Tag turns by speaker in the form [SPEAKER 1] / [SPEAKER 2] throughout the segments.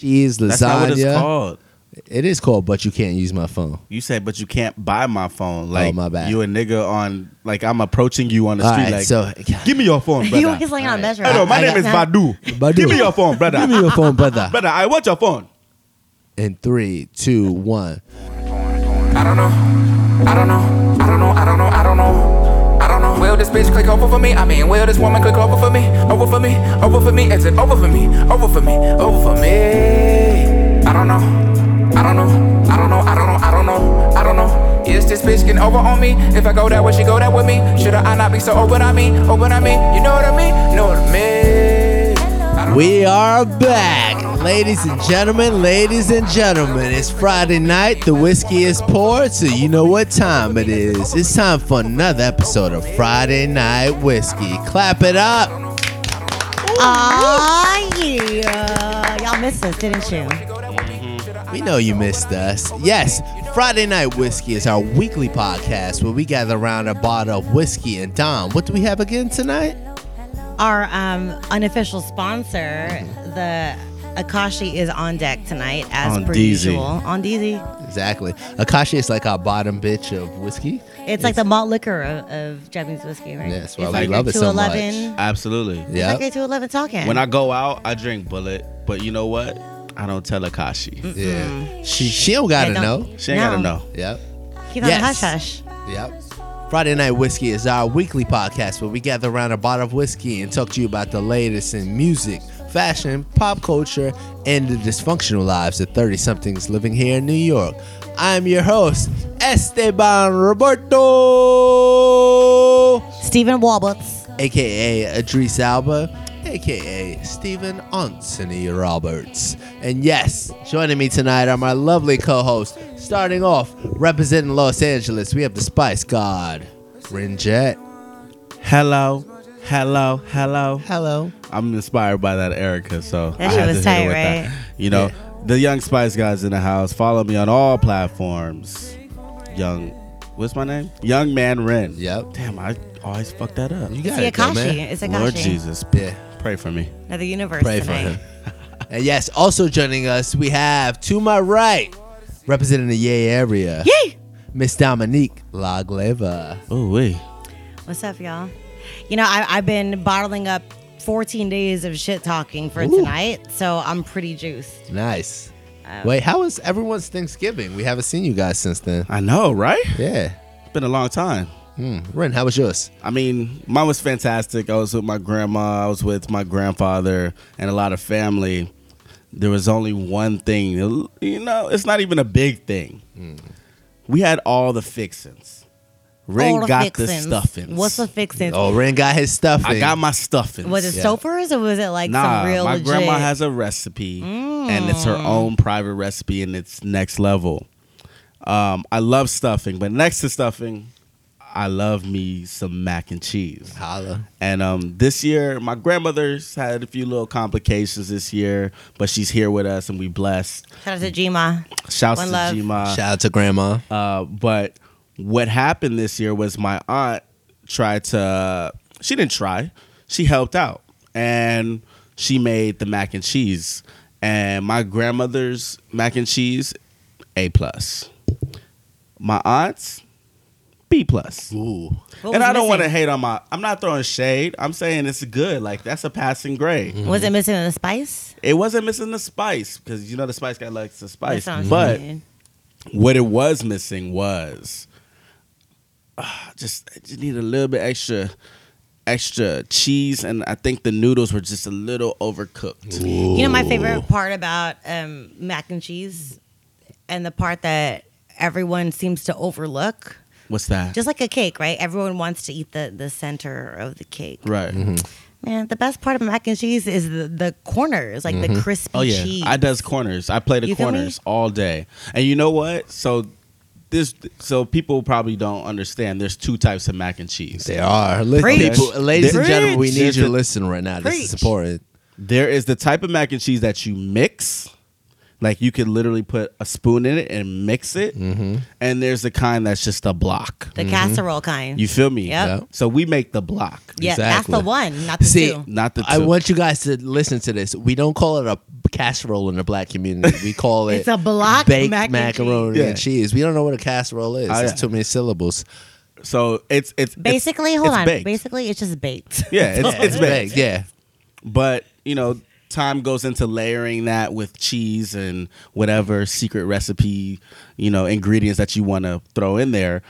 [SPEAKER 1] cheese, lasagna.
[SPEAKER 2] That's not what it's called.
[SPEAKER 1] It is called, but you can't use my phone.
[SPEAKER 2] You said, but you can't buy my phone. Like
[SPEAKER 1] Oh, my bad.
[SPEAKER 2] you a nigga on like I'm approaching you on the
[SPEAKER 1] All
[SPEAKER 2] street.
[SPEAKER 1] right,
[SPEAKER 2] like,
[SPEAKER 1] so-
[SPEAKER 2] give me your phone,
[SPEAKER 3] You
[SPEAKER 2] brother.
[SPEAKER 3] always like on measure.
[SPEAKER 2] Hello, my
[SPEAKER 3] I
[SPEAKER 2] name
[SPEAKER 3] guess
[SPEAKER 2] is
[SPEAKER 3] not.
[SPEAKER 2] Badu.
[SPEAKER 1] Badu.
[SPEAKER 2] Give me your phone, brother.
[SPEAKER 1] Give me your phone, brother.
[SPEAKER 2] brother, I want your phone.
[SPEAKER 1] In three, two, one.
[SPEAKER 4] I don't know. I don't know. I don't know. I don't know. I don't know. I don't know. Will this bitch click over for me? I mean, will this woman click over for me? Over for me? Over for me? Is it over for me? Over for me? Over for me? I don't know. I don't know. I don't know. I don't know. I don't know. I don't know. Is this bitch getting over on me? If I go that way, she go that with me. Should I not be so open on me? Open on me? You know what I mean? You know what I mean? I don't
[SPEAKER 1] We are back, ladies and gentlemen. Ladies and gentlemen, it's Friday night. The whiskey is poured, so you know what time it is. It's time for another episode of Friday Night Whiskey. Clap it up.
[SPEAKER 3] Aw, yeah. Y'all missed us, didn't you?
[SPEAKER 1] We know you missed us. Yes, Friday Night Whiskey is our weekly podcast where we gather around a bottle of whiskey and Dom. What do we have again tonight?
[SPEAKER 3] Our um, unofficial sponsor, the Akashi, is on deck tonight as
[SPEAKER 2] On
[SPEAKER 3] per
[SPEAKER 2] DZ.
[SPEAKER 3] usual. On DZ.
[SPEAKER 1] Exactly. Akashi is like our bottom bitch of whiskey.
[SPEAKER 3] It's like the malt liquor of, of Japanese whiskey, right?
[SPEAKER 1] That's why
[SPEAKER 3] it's
[SPEAKER 1] we
[SPEAKER 3] like your
[SPEAKER 1] love it so
[SPEAKER 3] 211.
[SPEAKER 2] Absolutely.
[SPEAKER 3] It's
[SPEAKER 1] Yeah.
[SPEAKER 3] like your 211 talking.
[SPEAKER 2] When I go out, I drink Bullet, but you know what? I don't tell
[SPEAKER 1] Mm.
[SPEAKER 2] Akashi.
[SPEAKER 1] Yeah. She she don't gotta
[SPEAKER 3] Yeah, don't-
[SPEAKER 1] know.
[SPEAKER 2] She ain't gotta
[SPEAKER 3] No.
[SPEAKER 2] know.
[SPEAKER 1] Yep.
[SPEAKER 3] Keep on the
[SPEAKER 1] Yes.
[SPEAKER 3] hush hush.
[SPEAKER 1] Yep. Friday Night Whiskey is our weekly podcast where we gather around a bottle of whiskey and talk to you about the latest in music, fashion, pop culture, and the dysfunctional lives of 30 somethings living here in New York. I'm your host, Esteban Roberto,
[SPEAKER 3] Stephen Walbutz.
[SPEAKER 1] aka Idris Alba, aka Stephen Anthony Roberts. And yes, joining me tonight are my lovely co hosts. Starting off, representing Los Angeles, we have the Spice God, Rinjette.
[SPEAKER 2] Hello. Hello, hello.
[SPEAKER 1] Hello.
[SPEAKER 2] I'm inspired by that Erica, so
[SPEAKER 3] That
[SPEAKER 2] I
[SPEAKER 3] shit
[SPEAKER 2] had
[SPEAKER 3] was
[SPEAKER 2] to hit
[SPEAKER 3] tight,
[SPEAKER 2] her with that.
[SPEAKER 3] right?
[SPEAKER 2] You know, the Young Spice guys in the house. Follow me on all platforms. Young, what's my name? Young Man Ren.
[SPEAKER 1] Yep.
[SPEAKER 2] Damn, I always fuck that up.
[SPEAKER 1] You
[SPEAKER 3] It's
[SPEAKER 1] got
[SPEAKER 3] the
[SPEAKER 1] it, though,
[SPEAKER 3] Akashi.
[SPEAKER 1] man.
[SPEAKER 3] It's Akashi.
[SPEAKER 2] Lord Jesus,
[SPEAKER 1] Yeah.
[SPEAKER 2] pray for me.
[SPEAKER 3] Another universe
[SPEAKER 1] Pray for
[SPEAKER 3] tonight.
[SPEAKER 1] him. and yes, also joining us, we have to my right, representing the Yay area,
[SPEAKER 3] Yay!
[SPEAKER 1] Miss Dominique Lagleva.
[SPEAKER 2] Ooh wee.
[SPEAKER 3] What's up, y'all? You know, I, I've been bottling up 14 days of shit talking for tonight, so I'm pretty juiced.
[SPEAKER 1] Nice. Wait, how was everyone's Thanksgiving? We haven't seen you guys since then.
[SPEAKER 2] I know, right?
[SPEAKER 1] Yeah. Hmm,
[SPEAKER 2] It's been a long time.
[SPEAKER 1] Ren, how was yours?
[SPEAKER 2] I mean, mine was fantastic. I was with my grandma, I was with my grandfather, and a lot of family. There was only one thing, you know, it's not even a big thing. We had all the fixins. Ren
[SPEAKER 3] All the
[SPEAKER 2] got
[SPEAKER 3] fixins.
[SPEAKER 2] the stuffins.
[SPEAKER 3] What's the fixins?
[SPEAKER 1] Oh, Ren got his stuff.
[SPEAKER 2] I got my stuffings.
[SPEAKER 3] Was it
[SPEAKER 1] Yeah.
[SPEAKER 3] Stouffer's or was it like
[SPEAKER 2] nah,
[SPEAKER 3] some real
[SPEAKER 2] my
[SPEAKER 3] legit? Mm.
[SPEAKER 2] grandma has a recipe, and it's her own private recipe, and it's next level. Um, I love stuffing, but next to stuffing, I love me some mac and cheese.
[SPEAKER 1] Holla.
[SPEAKER 2] And um, this year, my grandmother's had a few little complications this year, but she's here with us, and we blessed.
[SPEAKER 3] Shout out to Jima.
[SPEAKER 2] Shouts
[SPEAKER 3] One
[SPEAKER 2] to
[SPEAKER 3] love.
[SPEAKER 2] Jima.
[SPEAKER 1] Shout out to Grandma.
[SPEAKER 2] Uh, but what happened this year was my aunt tried to. She didn't try. She helped out, and she made the mac and cheese. And my grandmother's mac and cheese, A plus. My aunt's, B plus
[SPEAKER 1] Ooh.
[SPEAKER 3] What
[SPEAKER 2] and
[SPEAKER 3] was
[SPEAKER 2] I don't want to
[SPEAKER 3] missing?
[SPEAKER 2] hate on my. I'm not throwing shade. I'm saying it's good. Like that's a passing grade.
[SPEAKER 3] Was it missing the spice?
[SPEAKER 2] It wasn't missing the spice because you know the spice guy likes the
[SPEAKER 3] That
[SPEAKER 2] spice.
[SPEAKER 3] sounds
[SPEAKER 2] But
[SPEAKER 3] good.
[SPEAKER 2] what it was missing was ah, just I just need a little bit extra, extra cheese, and I think the noodles were just a little overcooked.
[SPEAKER 3] you know my favorite part about um, mac and cheese, and the part that everyone seems to overlook,
[SPEAKER 2] What's that?
[SPEAKER 3] just like a cake, right? Everyone wants to eat the the center of the cake.
[SPEAKER 2] right.
[SPEAKER 3] Man, the best part of mac and cheese is the, the corners, like the crispy
[SPEAKER 2] Oh yeah,
[SPEAKER 3] cheese.
[SPEAKER 2] I does corners. I play the
[SPEAKER 3] You feel me?
[SPEAKER 2] corners all day. And you know what? So this, so people probably don't understand. There's two types of mac and cheese.
[SPEAKER 1] They are. Li-
[SPEAKER 3] Preach.
[SPEAKER 1] people- ladies and
[SPEAKER 2] Preach.
[SPEAKER 1] gentlemen, we need
[SPEAKER 2] There's
[SPEAKER 1] you to
[SPEAKER 2] a-
[SPEAKER 1] listen right now. This is
[SPEAKER 3] Preach.
[SPEAKER 1] important.
[SPEAKER 2] There is the type of mac and cheese that you mix. Like you could literally put a spoon in it and mix it.
[SPEAKER 1] Mm-hmm.
[SPEAKER 2] And there's the kind that's just a block.
[SPEAKER 3] The casserole kind.
[SPEAKER 2] Mm-hmm. You feel me?
[SPEAKER 3] Yep.
[SPEAKER 1] Yep.
[SPEAKER 2] So we make the block,
[SPEAKER 3] yeah, that's
[SPEAKER 1] Exactly.
[SPEAKER 3] the one, not the
[SPEAKER 1] See,
[SPEAKER 3] two.
[SPEAKER 2] not the two.
[SPEAKER 1] I want you guys to listen to this. We don't call it a casserole in the black community. We call it
[SPEAKER 3] It's a block
[SPEAKER 1] baked
[SPEAKER 3] mac and
[SPEAKER 1] macaroni
[SPEAKER 2] cheese.
[SPEAKER 1] and cheese. We don't know what a casserole is.
[SPEAKER 2] Oh,
[SPEAKER 1] It's
[SPEAKER 2] yeah.
[SPEAKER 1] too many syllables.
[SPEAKER 2] so it's it's it's-
[SPEAKER 3] Basically, hold
[SPEAKER 2] it's
[SPEAKER 3] on.
[SPEAKER 2] baked.
[SPEAKER 3] Basically, it's just baked.
[SPEAKER 2] yeah, it's, it's baked.
[SPEAKER 1] Yeah.
[SPEAKER 2] But you know, time goes into layering that with cheese and whatever secret recipe, you know, ingredients that you want to throw in there.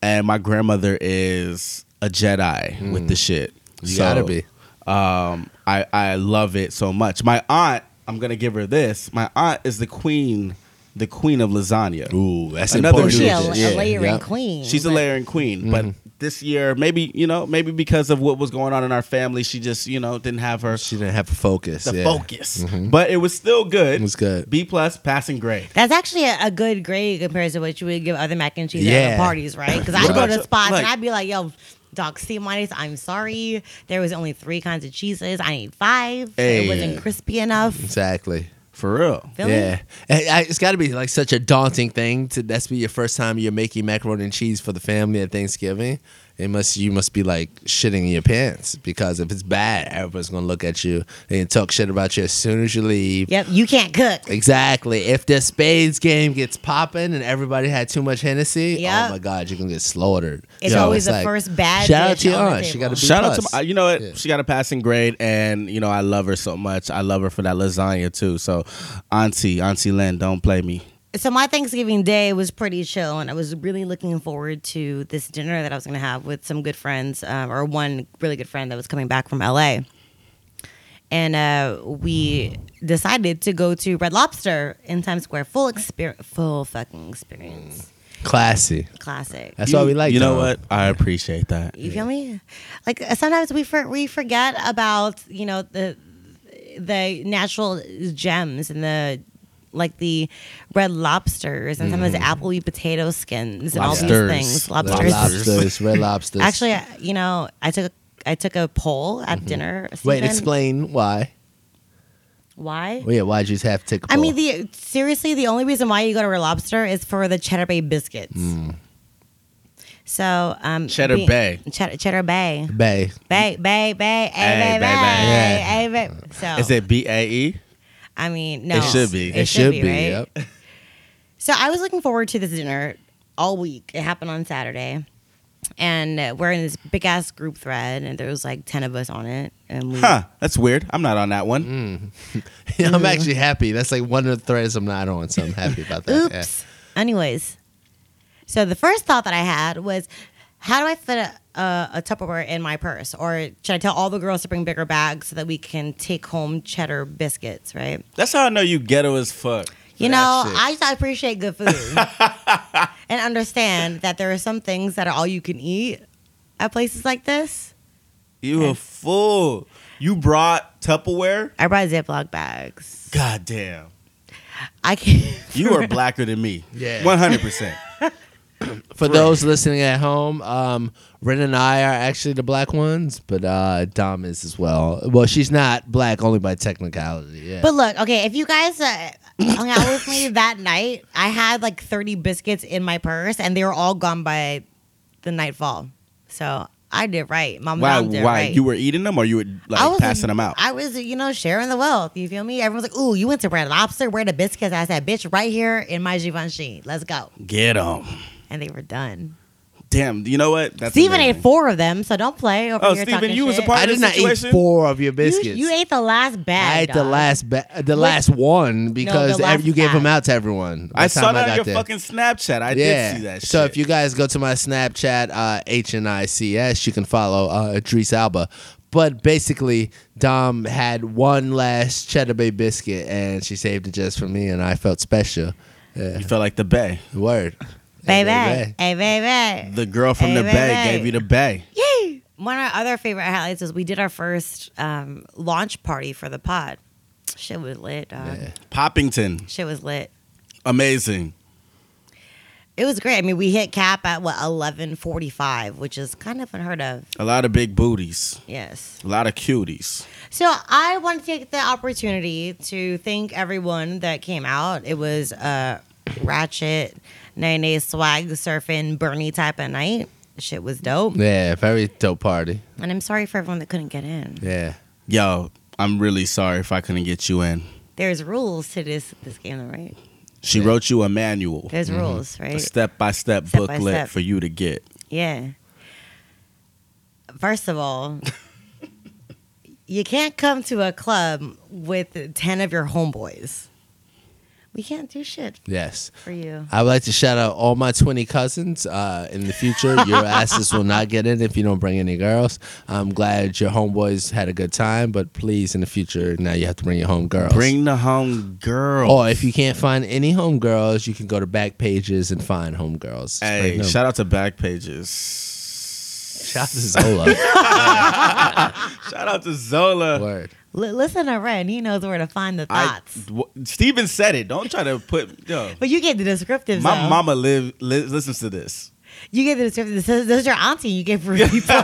[SPEAKER 2] And my grandmother is a Jedi with the shit.
[SPEAKER 1] Mm. You gotta be.
[SPEAKER 2] Um, I I love it so much. My aunt, I'm gonna give her this. My aunt is the queen, the queen of lasagna.
[SPEAKER 1] Ooh, that's
[SPEAKER 2] Another
[SPEAKER 1] important.
[SPEAKER 3] She a,
[SPEAKER 2] Yeah,
[SPEAKER 3] a
[SPEAKER 2] yeah.
[SPEAKER 3] layering
[SPEAKER 1] yeah.
[SPEAKER 3] queen.
[SPEAKER 2] She's a
[SPEAKER 3] but-
[SPEAKER 2] layering queen, but
[SPEAKER 1] Mm.
[SPEAKER 2] this year, maybe you know, maybe because of what was going on in our family, she just you know didn't have her
[SPEAKER 1] She didn't have a focus.
[SPEAKER 2] the
[SPEAKER 1] yeah. Mm-hmm.
[SPEAKER 2] focus. But it was still good.
[SPEAKER 1] It was good.
[SPEAKER 2] B plus passing grade.
[SPEAKER 3] That's actually a, a good grade compared to what you would give other mac and cheese at
[SPEAKER 1] Yeah.
[SPEAKER 3] other parties, right? Because I
[SPEAKER 1] What
[SPEAKER 3] go
[SPEAKER 2] about
[SPEAKER 3] to
[SPEAKER 2] you-
[SPEAKER 3] spots
[SPEAKER 2] like-
[SPEAKER 3] and I'd be like, "Yo, Doc C minus, I'm sorry, there was only three kinds of cheeses. I need five.
[SPEAKER 2] Hey.
[SPEAKER 3] It wasn't crispy enough.
[SPEAKER 1] Exactly.
[SPEAKER 2] For real.
[SPEAKER 3] Feel me?
[SPEAKER 1] Yeah, And I- it's got to be like such a daunting thing to that's be your first time you're making macaroni and cheese for the family at Thanksgiving. It must you must be like shitting in your pants because if it's bad, everybody's gonna look at you and talk shit about you as soon as you leave.
[SPEAKER 3] Yep, you can't cook.
[SPEAKER 1] Exactly. If the spades game gets popping and everybody had too much Hennessy,
[SPEAKER 3] Yep.
[SPEAKER 1] oh my god, you're gonna get slaughtered.
[SPEAKER 3] It's always the first bad
[SPEAKER 1] Shout out
[SPEAKER 3] dish
[SPEAKER 1] to your
[SPEAKER 3] on the
[SPEAKER 1] aunt. She
[SPEAKER 3] table.
[SPEAKER 1] got to be
[SPEAKER 2] Shout out to
[SPEAKER 1] plus.
[SPEAKER 2] my, you know what?
[SPEAKER 1] Yeah.
[SPEAKER 2] She got a passing grade, and you know I love her so much. I love her for that lasagna too. So, Auntie, Auntie Lynn, don't play me.
[SPEAKER 3] So my Thanksgiving day was pretty chill, and I was really looking forward to this dinner that I was going to have with some good friends, um, or one really good friend that was coming back from LA. And uh, we decided to go to Red Lobster in Times Square. Full experience, full fucking experience,
[SPEAKER 1] classy.
[SPEAKER 3] classic.
[SPEAKER 1] That's why we like.
[SPEAKER 2] You know
[SPEAKER 1] Dawn.
[SPEAKER 2] what? I appreciate that.
[SPEAKER 3] You feel me? Like uh, sometimes we for, we forget about you know the the natural gems and the like the red lobsters and sometimes Appleby potato skins and all
[SPEAKER 2] Lobsters.
[SPEAKER 3] these things.
[SPEAKER 1] Red
[SPEAKER 3] Lobsters.
[SPEAKER 1] lobsters, red lobsters.
[SPEAKER 3] Actually, I- you know, I took I took a poll at dinner.
[SPEAKER 1] wait,
[SPEAKER 3] Stephen.
[SPEAKER 1] explain why.
[SPEAKER 3] why.
[SPEAKER 1] Well, yeah, why'd you have to take a
[SPEAKER 3] I mean,
[SPEAKER 1] poll?
[SPEAKER 3] the seriously, the only reason why you go to Red Lobster is for the Cheddar Bay biscuits. So, um,
[SPEAKER 2] Cheddar
[SPEAKER 3] be-
[SPEAKER 2] Bay.
[SPEAKER 3] Cheddar, Cheddar Bay.
[SPEAKER 1] Bay.
[SPEAKER 3] Bay, bay, bay,
[SPEAKER 2] Ay,
[SPEAKER 3] ay, bay,
[SPEAKER 1] bay.
[SPEAKER 2] bay,
[SPEAKER 3] bay, ay, bay. So
[SPEAKER 2] Is it B A E?
[SPEAKER 3] I mean, no,
[SPEAKER 2] It should be.
[SPEAKER 1] It, should be.
[SPEAKER 3] right?
[SPEAKER 1] Yep.
[SPEAKER 3] So I was looking forward to this dinner all week. It happened on Saturday, and uh, we're in this big ass group thread, and there was like ten of us on it, and we.
[SPEAKER 2] Huh? That's weird. I'm not on that one.
[SPEAKER 1] Mm. I'm actually happy. That's like one of the threads I'm not on, so I'm happy about that.
[SPEAKER 3] Oops. Anyways, so the first thought that I had was, how do I fit a, a, a Tupperware in my purse? Or should I tell all the girls to bring bigger bags so that we can take home cheddar biscuits, right?
[SPEAKER 2] That's how I know you ghetto as fuck.
[SPEAKER 3] You
[SPEAKER 1] That
[SPEAKER 3] know,
[SPEAKER 1] shit.
[SPEAKER 3] I just appreciate good food and understand that there are some things that are all you can eat at places like this.
[SPEAKER 2] You a fool. You brought Tupperware.
[SPEAKER 3] I brought Ziploc bags.
[SPEAKER 2] God damn.
[SPEAKER 3] I can't.
[SPEAKER 2] You are blacker than me.
[SPEAKER 1] Yeah.
[SPEAKER 2] One hundred percent.
[SPEAKER 1] For those listening at home, um, Ren and I are actually the black ones, but uh, Dom is as well. Well, she's not black only by technicality. Yeah.
[SPEAKER 3] But look, okay, if you guys uh, hung out with me that night, I had like 30 biscuits in my purse and they were all gone by the nightfall. So I did right. My
[SPEAKER 2] Why?
[SPEAKER 3] mom did
[SPEAKER 2] Why
[SPEAKER 3] right.
[SPEAKER 2] you were eating them, or you were
[SPEAKER 3] I
[SPEAKER 2] like
[SPEAKER 3] was,
[SPEAKER 2] passing them out?
[SPEAKER 3] I was, you know, sharing the wealth. You feel me? Everyone's like, "Ooh, you went to Red Lobster. Where the biscuits?" I said, "Bitch, right here in my Givenchy. Let's go."
[SPEAKER 2] Get them.
[SPEAKER 3] And they were done.
[SPEAKER 2] Damn. You know what? That's
[SPEAKER 3] Steven
[SPEAKER 2] amazing.
[SPEAKER 3] ate four of them, so don't play over
[SPEAKER 2] Oh,
[SPEAKER 3] here
[SPEAKER 2] Steven,
[SPEAKER 3] talking
[SPEAKER 2] you was a
[SPEAKER 3] shit.
[SPEAKER 2] part-
[SPEAKER 1] I did not
[SPEAKER 2] Situation?
[SPEAKER 1] eat four of your
[SPEAKER 3] You-
[SPEAKER 1] biscuits.
[SPEAKER 3] You, ate the last bag.
[SPEAKER 1] I ate the
[SPEAKER 3] dog.
[SPEAKER 1] last ba- the last one because
[SPEAKER 3] the
[SPEAKER 1] ev-
[SPEAKER 3] last
[SPEAKER 1] you gave them
[SPEAKER 3] bag.
[SPEAKER 1] out to everyone. by
[SPEAKER 2] I
[SPEAKER 1] the
[SPEAKER 2] saw
[SPEAKER 1] time
[SPEAKER 2] that
[SPEAKER 1] got
[SPEAKER 2] on your
[SPEAKER 1] there.
[SPEAKER 2] fucking Snapchat. I did see that.
[SPEAKER 1] So
[SPEAKER 2] shit.
[SPEAKER 1] if you guys go to my Snapchat, uh, HNICS, you can follow uh, Idris Alba. But basically, Dom had one last Cheddar Bay biscuit, and she saved it just for me, and I felt special. Yeah,
[SPEAKER 2] you felt like the Bay,
[SPEAKER 1] word.
[SPEAKER 3] Baby,
[SPEAKER 1] Hey,
[SPEAKER 3] hey baby.
[SPEAKER 2] the girl from
[SPEAKER 3] Hey,
[SPEAKER 2] the
[SPEAKER 3] bae,
[SPEAKER 2] Bay
[SPEAKER 3] bae.
[SPEAKER 2] gave you the Bay.
[SPEAKER 3] Yay! One of our other favorite highlights was we did our first um, launch party for the pod. Shit was lit, dog.
[SPEAKER 1] Yeah.
[SPEAKER 2] Poppington,
[SPEAKER 3] Shit was lit.
[SPEAKER 2] amazing.
[SPEAKER 3] it was great. I mean, we hit cap at what eleven forty five, which is kind of unheard of.
[SPEAKER 2] A lot of big booties.
[SPEAKER 3] Yes.
[SPEAKER 2] A lot of cuties.
[SPEAKER 3] So I want to take the opportunity to thank everyone that came out. It was uh, ratchet, nine days swag surfing, Bernie type of night. Shit was dope,
[SPEAKER 1] Yeah, very dope party.
[SPEAKER 3] and I'm sorry for everyone that couldn't get in.
[SPEAKER 1] Yeah.
[SPEAKER 2] Yo, I'm really sorry if I couldn't get you in.
[SPEAKER 3] There's rules to this this game, though, right?
[SPEAKER 2] She wrote you a manual,
[SPEAKER 3] There's rules,
[SPEAKER 2] a
[SPEAKER 3] right?
[SPEAKER 2] step by step
[SPEAKER 3] Step by
[SPEAKER 2] booklet
[SPEAKER 3] step.
[SPEAKER 2] for you to get.
[SPEAKER 3] Yeah. First of all, you can't come to a club with 10 of your homeboys. We can't do shit
[SPEAKER 1] Yes.
[SPEAKER 3] for you.
[SPEAKER 1] I would like to shout out all my 20 cousins. Uh, in the future, your asses will not get in if you don't bring any girls. I'm glad your homeboys had a good time, but please, in the future, now you have to bring your homegirls.
[SPEAKER 2] Bring the home girl.
[SPEAKER 1] Or Oh, if you can't find any homegirls, you can go to back pages and find homegirls. Just bring
[SPEAKER 2] hey,
[SPEAKER 1] them.
[SPEAKER 2] shout out to Backpages.
[SPEAKER 1] Shout out to Zola.
[SPEAKER 2] Shout out to Zola.
[SPEAKER 1] Word.
[SPEAKER 3] L- listen to Ren. He knows where to find the
[SPEAKER 2] I-
[SPEAKER 3] thoughts.
[SPEAKER 2] w- Steven said it. Don't try to put. Yo,
[SPEAKER 3] but you get the descriptives.
[SPEAKER 2] my
[SPEAKER 3] though.
[SPEAKER 2] mama live li- listens to this.
[SPEAKER 3] You get the descriptives. Those, those are your auntie you get for people.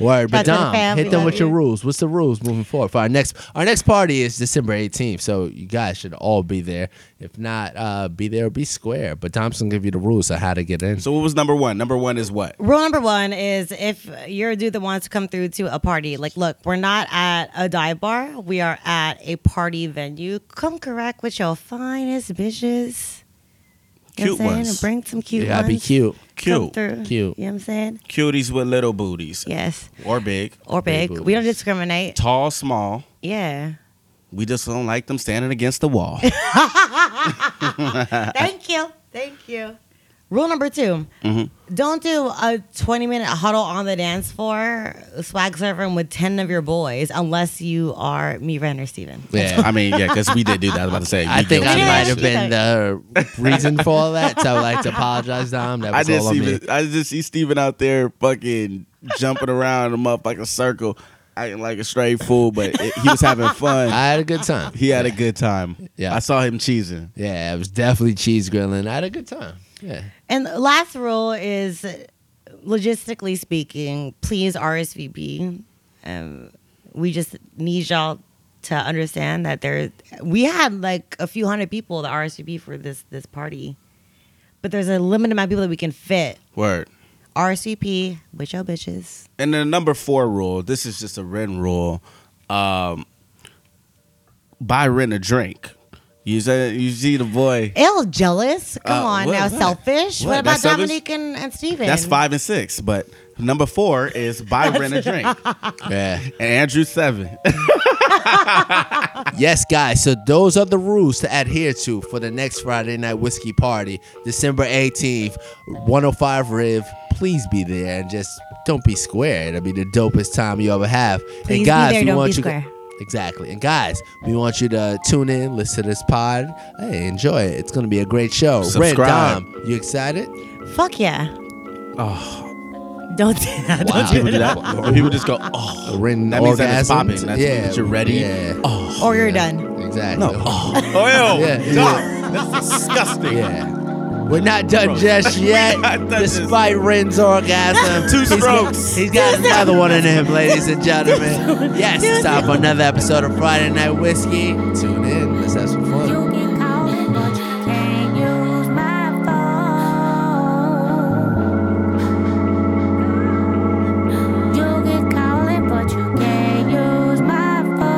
[SPEAKER 1] Word, but
[SPEAKER 3] Shout out to the
[SPEAKER 1] Dom,
[SPEAKER 3] fam,
[SPEAKER 1] hit
[SPEAKER 3] we
[SPEAKER 1] them
[SPEAKER 3] love
[SPEAKER 1] with your
[SPEAKER 3] you.
[SPEAKER 1] rules. What's the rules moving forward for our next? Our next party is December eighteenth, so you guys should all be there. If not, uh, be there or be square. But Dom's gonna give you the rules on how to get in.
[SPEAKER 2] So what was number one? Number one is what?
[SPEAKER 3] Rule number one is if you're a dude that wants to come through to a party, like, look, we're not at a dive bar. We are at a party venue. Come correct with your finest bitches. You know
[SPEAKER 2] Cute
[SPEAKER 3] what I'm saying?
[SPEAKER 2] ones.
[SPEAKER 3] Bring some cute
[SPEAKER 1] you gotta
[SPEAKER 3] ones.
[SPEAKER 1] be cute.
[SPEAKER 3] Come
[SPEAKER 2] Cute.
[SPEAKER 3] through.
[SPEAKER 1] Cute.
[SPEAKER 3] You know what I'm saying?
[SPEAKER 2] Cuties with little booties.
[SPEAKER 3] Yes.
[SPEAKER 2] Or big.
[SPEAKER 3] Or
[SPEAKER 1] Big
[SPEAKER 3] big. We don't
[SPEAKER 1] boobies.
[SPEAKER 3] discriminate.
[SPEAKER 2] Tall, small.
[SPEAKER 3] Yeah.
[SPEAKER 2] We just don't like them standing against the wall.
[SPEAKER 3] Thank you. Thank you. Rule number 2 do don't do a 20 minute huddle on the dance floor, swag surfing with 10 of your boys, unless you are me, Ren, or Steven.
[SPEAKER 1] Yeah.
[SPEAKER 2] I mean, yeah, because we did do that. I was about to say.
[SPEAKER 1] I
[SPEAKER 2] you
[SPEAKER 1] think
[SPEAKER 2] guilty
[SPEAKER 1] I
[SPEAKER 2] of that
[SPEAKER 1] might have
[SPEAKER 2] shit.
[SPEAKER 1] been the reason for all that, so I'd like to apologize, Dom. That
[SPEAKER 2] I
[SPEAKER 1] was
[SPEAKER 2] just
[SPEAKER 1] all on
[SPEAKER 2] see.
[SPEAKER 1] me.
[SPEAKER 2] I just see Steven out there fucking jumping around in a motherfucking circle, acting like a straight fool, but it, he was having fun.
[SPEAKER 1] I had a good time.
[SPEAKER 2] he had a good time.
[SPEAKER 1] Yeah.
[SPEAKER 2] I saw him cheesing.
[SPEAKER 1] Yeah, it was definitely cheese grilling. I had a good time. Yeah.
[SPEAKER 3] And the last rule is logistically speaking, please RSVP. Um, we just need y'all to understand that there we had like a few hundred people that RSVP for this this party. But there's a limited amount of people that we can fit.
[SPEAKER 2] Word.
[SPEAKER 3] RSVP with your bitches.
[SPEAKER 2] And then number four rule. This is just a rent rule. Um, buy rent a drink. You say you see the boy.
[SPEAKER 3] Ill jealous. Come
[SPEAKER 2] Uh,
[SPEAKER 3] on
[SPEAKER 2] what-
[SPEAKER 3] now,
[SPEAKER 2] what?
[SPEAKER 3] selfish. What,
[SPEAKER 2] What?
[SPEAKER 3] about
[SPEAKER 2] That's selfish?
[SPEAKER 3] Dominique and, and Steven?
[SPEAKER 2] That's five and six, but number four is buy rent a drink.
[SPEAKER 1] Yeah.
[SPEAKER 2] And Andrew seven.
[SPEAKER 1] Yes, guys. So those are the rules to adhere to for the next Friday night whiskey party, December 18th, 105 Riv. Please be there and just don't be square. It'll be the dopest time you ever have.
[SPEAKER 3] Please
[SPEAKER 1] and
[SPEAKER 3] be
[SPEAKER 1] guys,
[SPEAKER 3] there,
[SPEAKER 1] we
[SPEAKER 3] don't
[SPEAKER 1] want
[SPEAKER 3] be
[SPEAKER 1] you
[SPEAKER 3] square.
[SPEAKER 1] Exactly. And guys, we want you to tune in, listen to this pod. Hey, enjoy it. It's going to be a great show. Red
[SPEAKER 2] Subscribe.
[SPEAKER 1] Dom, you excited?
[SPEAKER 3] Fuck yeah. Oh. Don't do that.
[SPEAKER 1] Wow.
[SPEAKER 2] People do that. When people just go, oh.
[SPEAKER 1] Ren
[SPEAKER 2] That means that it's
[SPEAKER 1] orgasmed.
[SPEAKER 2] popping. That means
[SPEAKER 1] yeah.
[SPEAKER 2] that you're ready.
[SPEAKER 1] Yeah.
[SPEAKER 2] Oh,
[SPEAKER 3] Or you're
[SPEAKER 1] Yeah.
[SPEAKER 3] done.
[SPEAKER 1] Exactly.
[SPEAKER 2] oil.
[SPEAKER 1] Yeah, yeah.
[SPEAKER 2] Oh, Dog, That's disgusting.
[SPEAKER 1] Yeah. We're not done
[SPEAKER 2] Gross.
[SPEAKER 1] just yet.
[SPEAKER 2] not done just-
[SPEAKER 1] despite Ren's orgasm.
[SPEAKER 2] Two
[SPEAKER 1] He's got-
[SPEAKER 2] strokes.
[SPEAKER 1] he's got another one in him, ladies and gentlemen. Yes, it's time for another episode of Friday Night Whiskey. Tune in. Let's have some fun.
[SPEAKER 5] You can call it, but you can't use my phone. You can call it, but you can't use my phone.